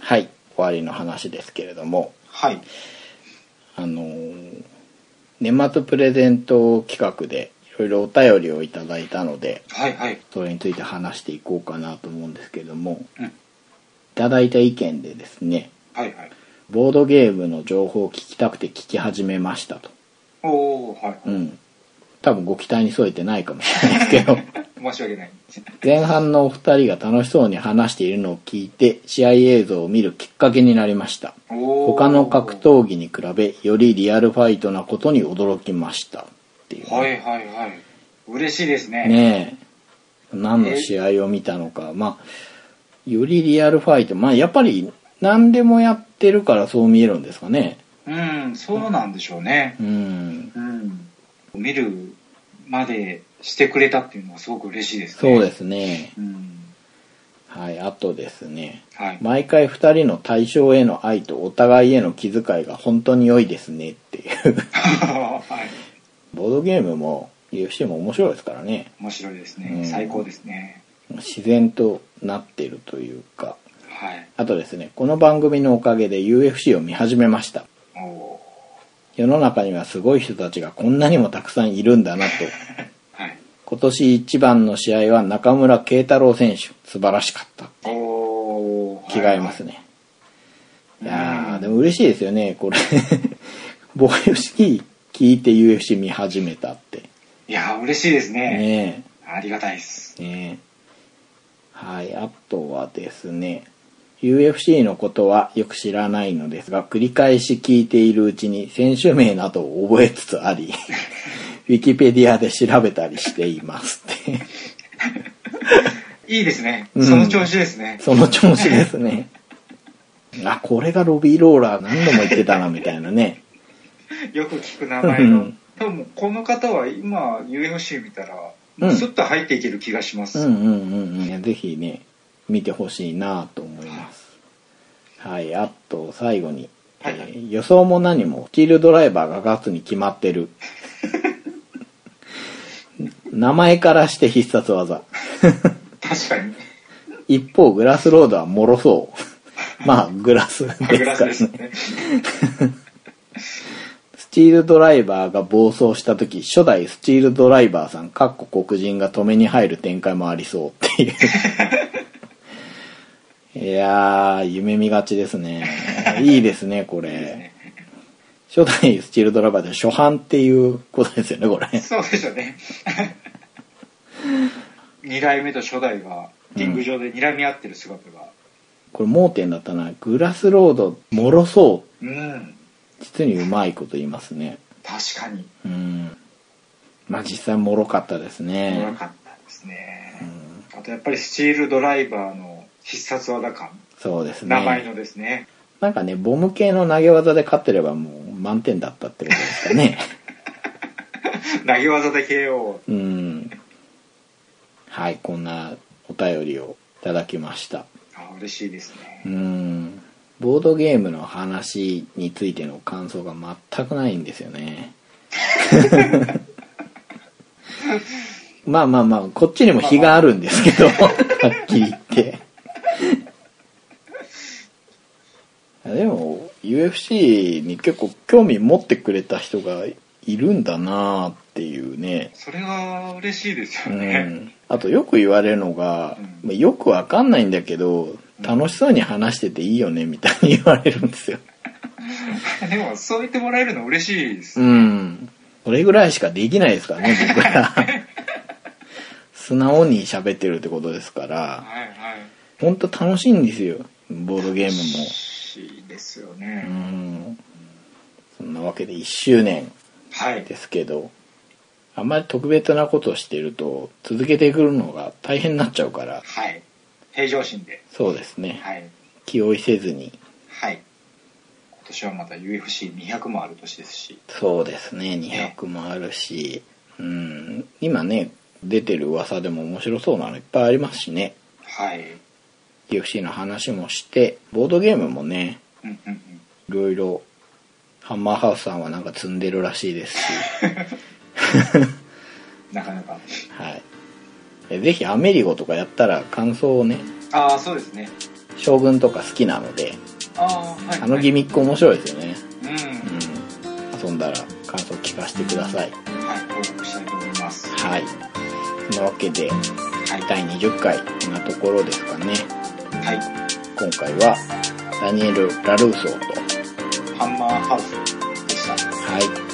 A: はい終わりの話ですけれども
B: はい
A: あのー年末プレゼント企画でいろいろお便りをいただいたので
B: はいはい
A: それについて話していこうかなと思うんですけども
B: うん
A: いただいた意見でですね
B: はいはい
A: ボードゲームの情報を聞きたくて聞き始めましたと
B: おおはい
A: うん多分ご期待に添えてないかもしれないですけ ど
B: 申し訳ない
A: 前半のお二人が楽しそうに話しているのを聞いて試合映像を見るきっかけになりました
B: お ー
A: 他の格闘技に比べよりリアルファイトなことに驚きましたっていう
B: はいはいはい嬉しいですね
A: ねえ何の試合を見たのか、まあよりリアルファイトまあやっぱり何でもやってるからそう見えるんですかね
B: うんそうなんでしょうね
A: うん
B: うん見るまでしてくれたっていうのはすごく嬉しいですね
A: そうですすね
B: うん
A: はいあとですね
B: はい
A: 毎回2人の対象への愛とお互いへの気遣いが本当に良いですねっていう
B: はい
A: ボードゲームも UFC も面白いですからね
B: 面白いです
A: う
B: ね
A: ん
B: 最高ですね
A: 自然となってるというか
B: はい
A: あとですねこの番組のおかげで UFC を見始めました
B: おお
A: 世の中にはすごい人たちがこんなにもたくさんいるんだなと
B: ーはい
A: 今年一番の試合は中村慶太郎選手素晴らしかった
B: おお
A: 着替えますね、いやーでも嬉しいですよねこれ 防衛式聞いて UFC 見始めたって。
B: いやー、嬉しいですね。
A: ね
B: ありがたいです。
A: え。ねえ。はい。あとはですね、UFC のことはよく知らないのですが、繰り返し聞いているうちに選手名などを覚えつつあり、ウィキペディアで調べたりしていますって。
B: いいですね。
A: うん
B: その調子ですね。
A: その調子ですね。あ、これがロビーローラー何度も言ってたな、みたいなね。
B: よく聞く名前の
A: うん。
B: 多分、この方は今、UFC 見たら、
A: うん
B: スッと入っていける気がしま
A: う
B: す。
A: んうんうんうん。ぜひね、見てほしいなと思います。はい、あと最後に、
B: はい
A: えー予想も何も、スチールドライバーがガツに決まってる。 名前からして必殺技。
B: 確かに。
A: 一方、グラスロードは脆そう。まあ、グラスです
B: グラス
A: から
B: です
A: ね。
B: ね。
A: スチールドライバーが暴走した時、初代スチールドライバーさん、かっこ黒人が止めに入る展開もありそうって いう。いやー、夢見がちですね。いいですね、これ。初代スチールドライバーで初版っていうことですよね、これ。
B: そうでしょうね。2代目と初代がリング上で睨み合ってる姿が。
A: これ盲点だったな。グラスロード、脆そう。
B: うん。
A: 実にうまいこと言いますね。
B: 確かに。
A: うん。まあ実際脆かったですね。
B: 良かったですね。あとやっぱりスチールドライバーの必殺技感。
A: そうですね。
B: 名前のですね。
A: なんかね、ボム系の投げ技で勝ってればもう満点だったってことですかね。
B: 投げ技で KO。
A: うん。はい、こんなお便りをいただきました。
B: あ嬉しいですね
A: う。ん。ボードゲームの話についての感想が全くないんですよね。まあまあまあ、こっちにも非があるんですけど、はっきり言って。でも、UFC に結構興味持ってくれた人がいるんだなっていうね。
B: それは嬉しいです
A: う
B: よね。
A: ん、あとよく言われるのが、
B: うん
A: まあよくわかんないんだけど楽しそうに話してていいよねみたいに言われるんですよ。
B: でも、そう言ってもらえるの嬉しいです。
A: うん。それぐらいしかできないですからね僕ら。 素直に喋ってるってことですから
B: はいはい。
A: ほんと楽しいんですよボードゲー
B: 嬉
A: ム
B: しいですよ
A: も。う
B: ね。
A: ん。そんなわけで1周年
B: はい。
A: ですけどあんまり特別なことをしてると続けてくるのが大変になっちゃうから
B: はい。平常心で。
A: そうですね
B: はい。
A: 気負いせずに
B: はい。今年はまた UFC200 もある年ですし。
A: そうですね200もあるし、うん今ね出てる噂でも面白そうなのいっぱいありますしね
B: はい。
A: UFC の話もしてボードゲームもね
B: うんうんうん。
A: いろいろハンマーハウスさんはなんか積んでるらしいですし、
B: なかなか。
A: はい、えぜひアメリゴとかやったら感想をね
B: ああ、そうですね。
A: 将軍とか好きなので
B: ああ、はい。
A: あのギミック面白いですよね、
B: うん。は
A: うん、遊んだら感想聞かせてください
B: い。報告したいと思います。は
A: はいそんなわけで
B: い。
A: 第20回こんなところですかね
B: はい。
A: 今回はダニエル・ラルーソーと、
B: ハンマーハウスでした。
A: はい、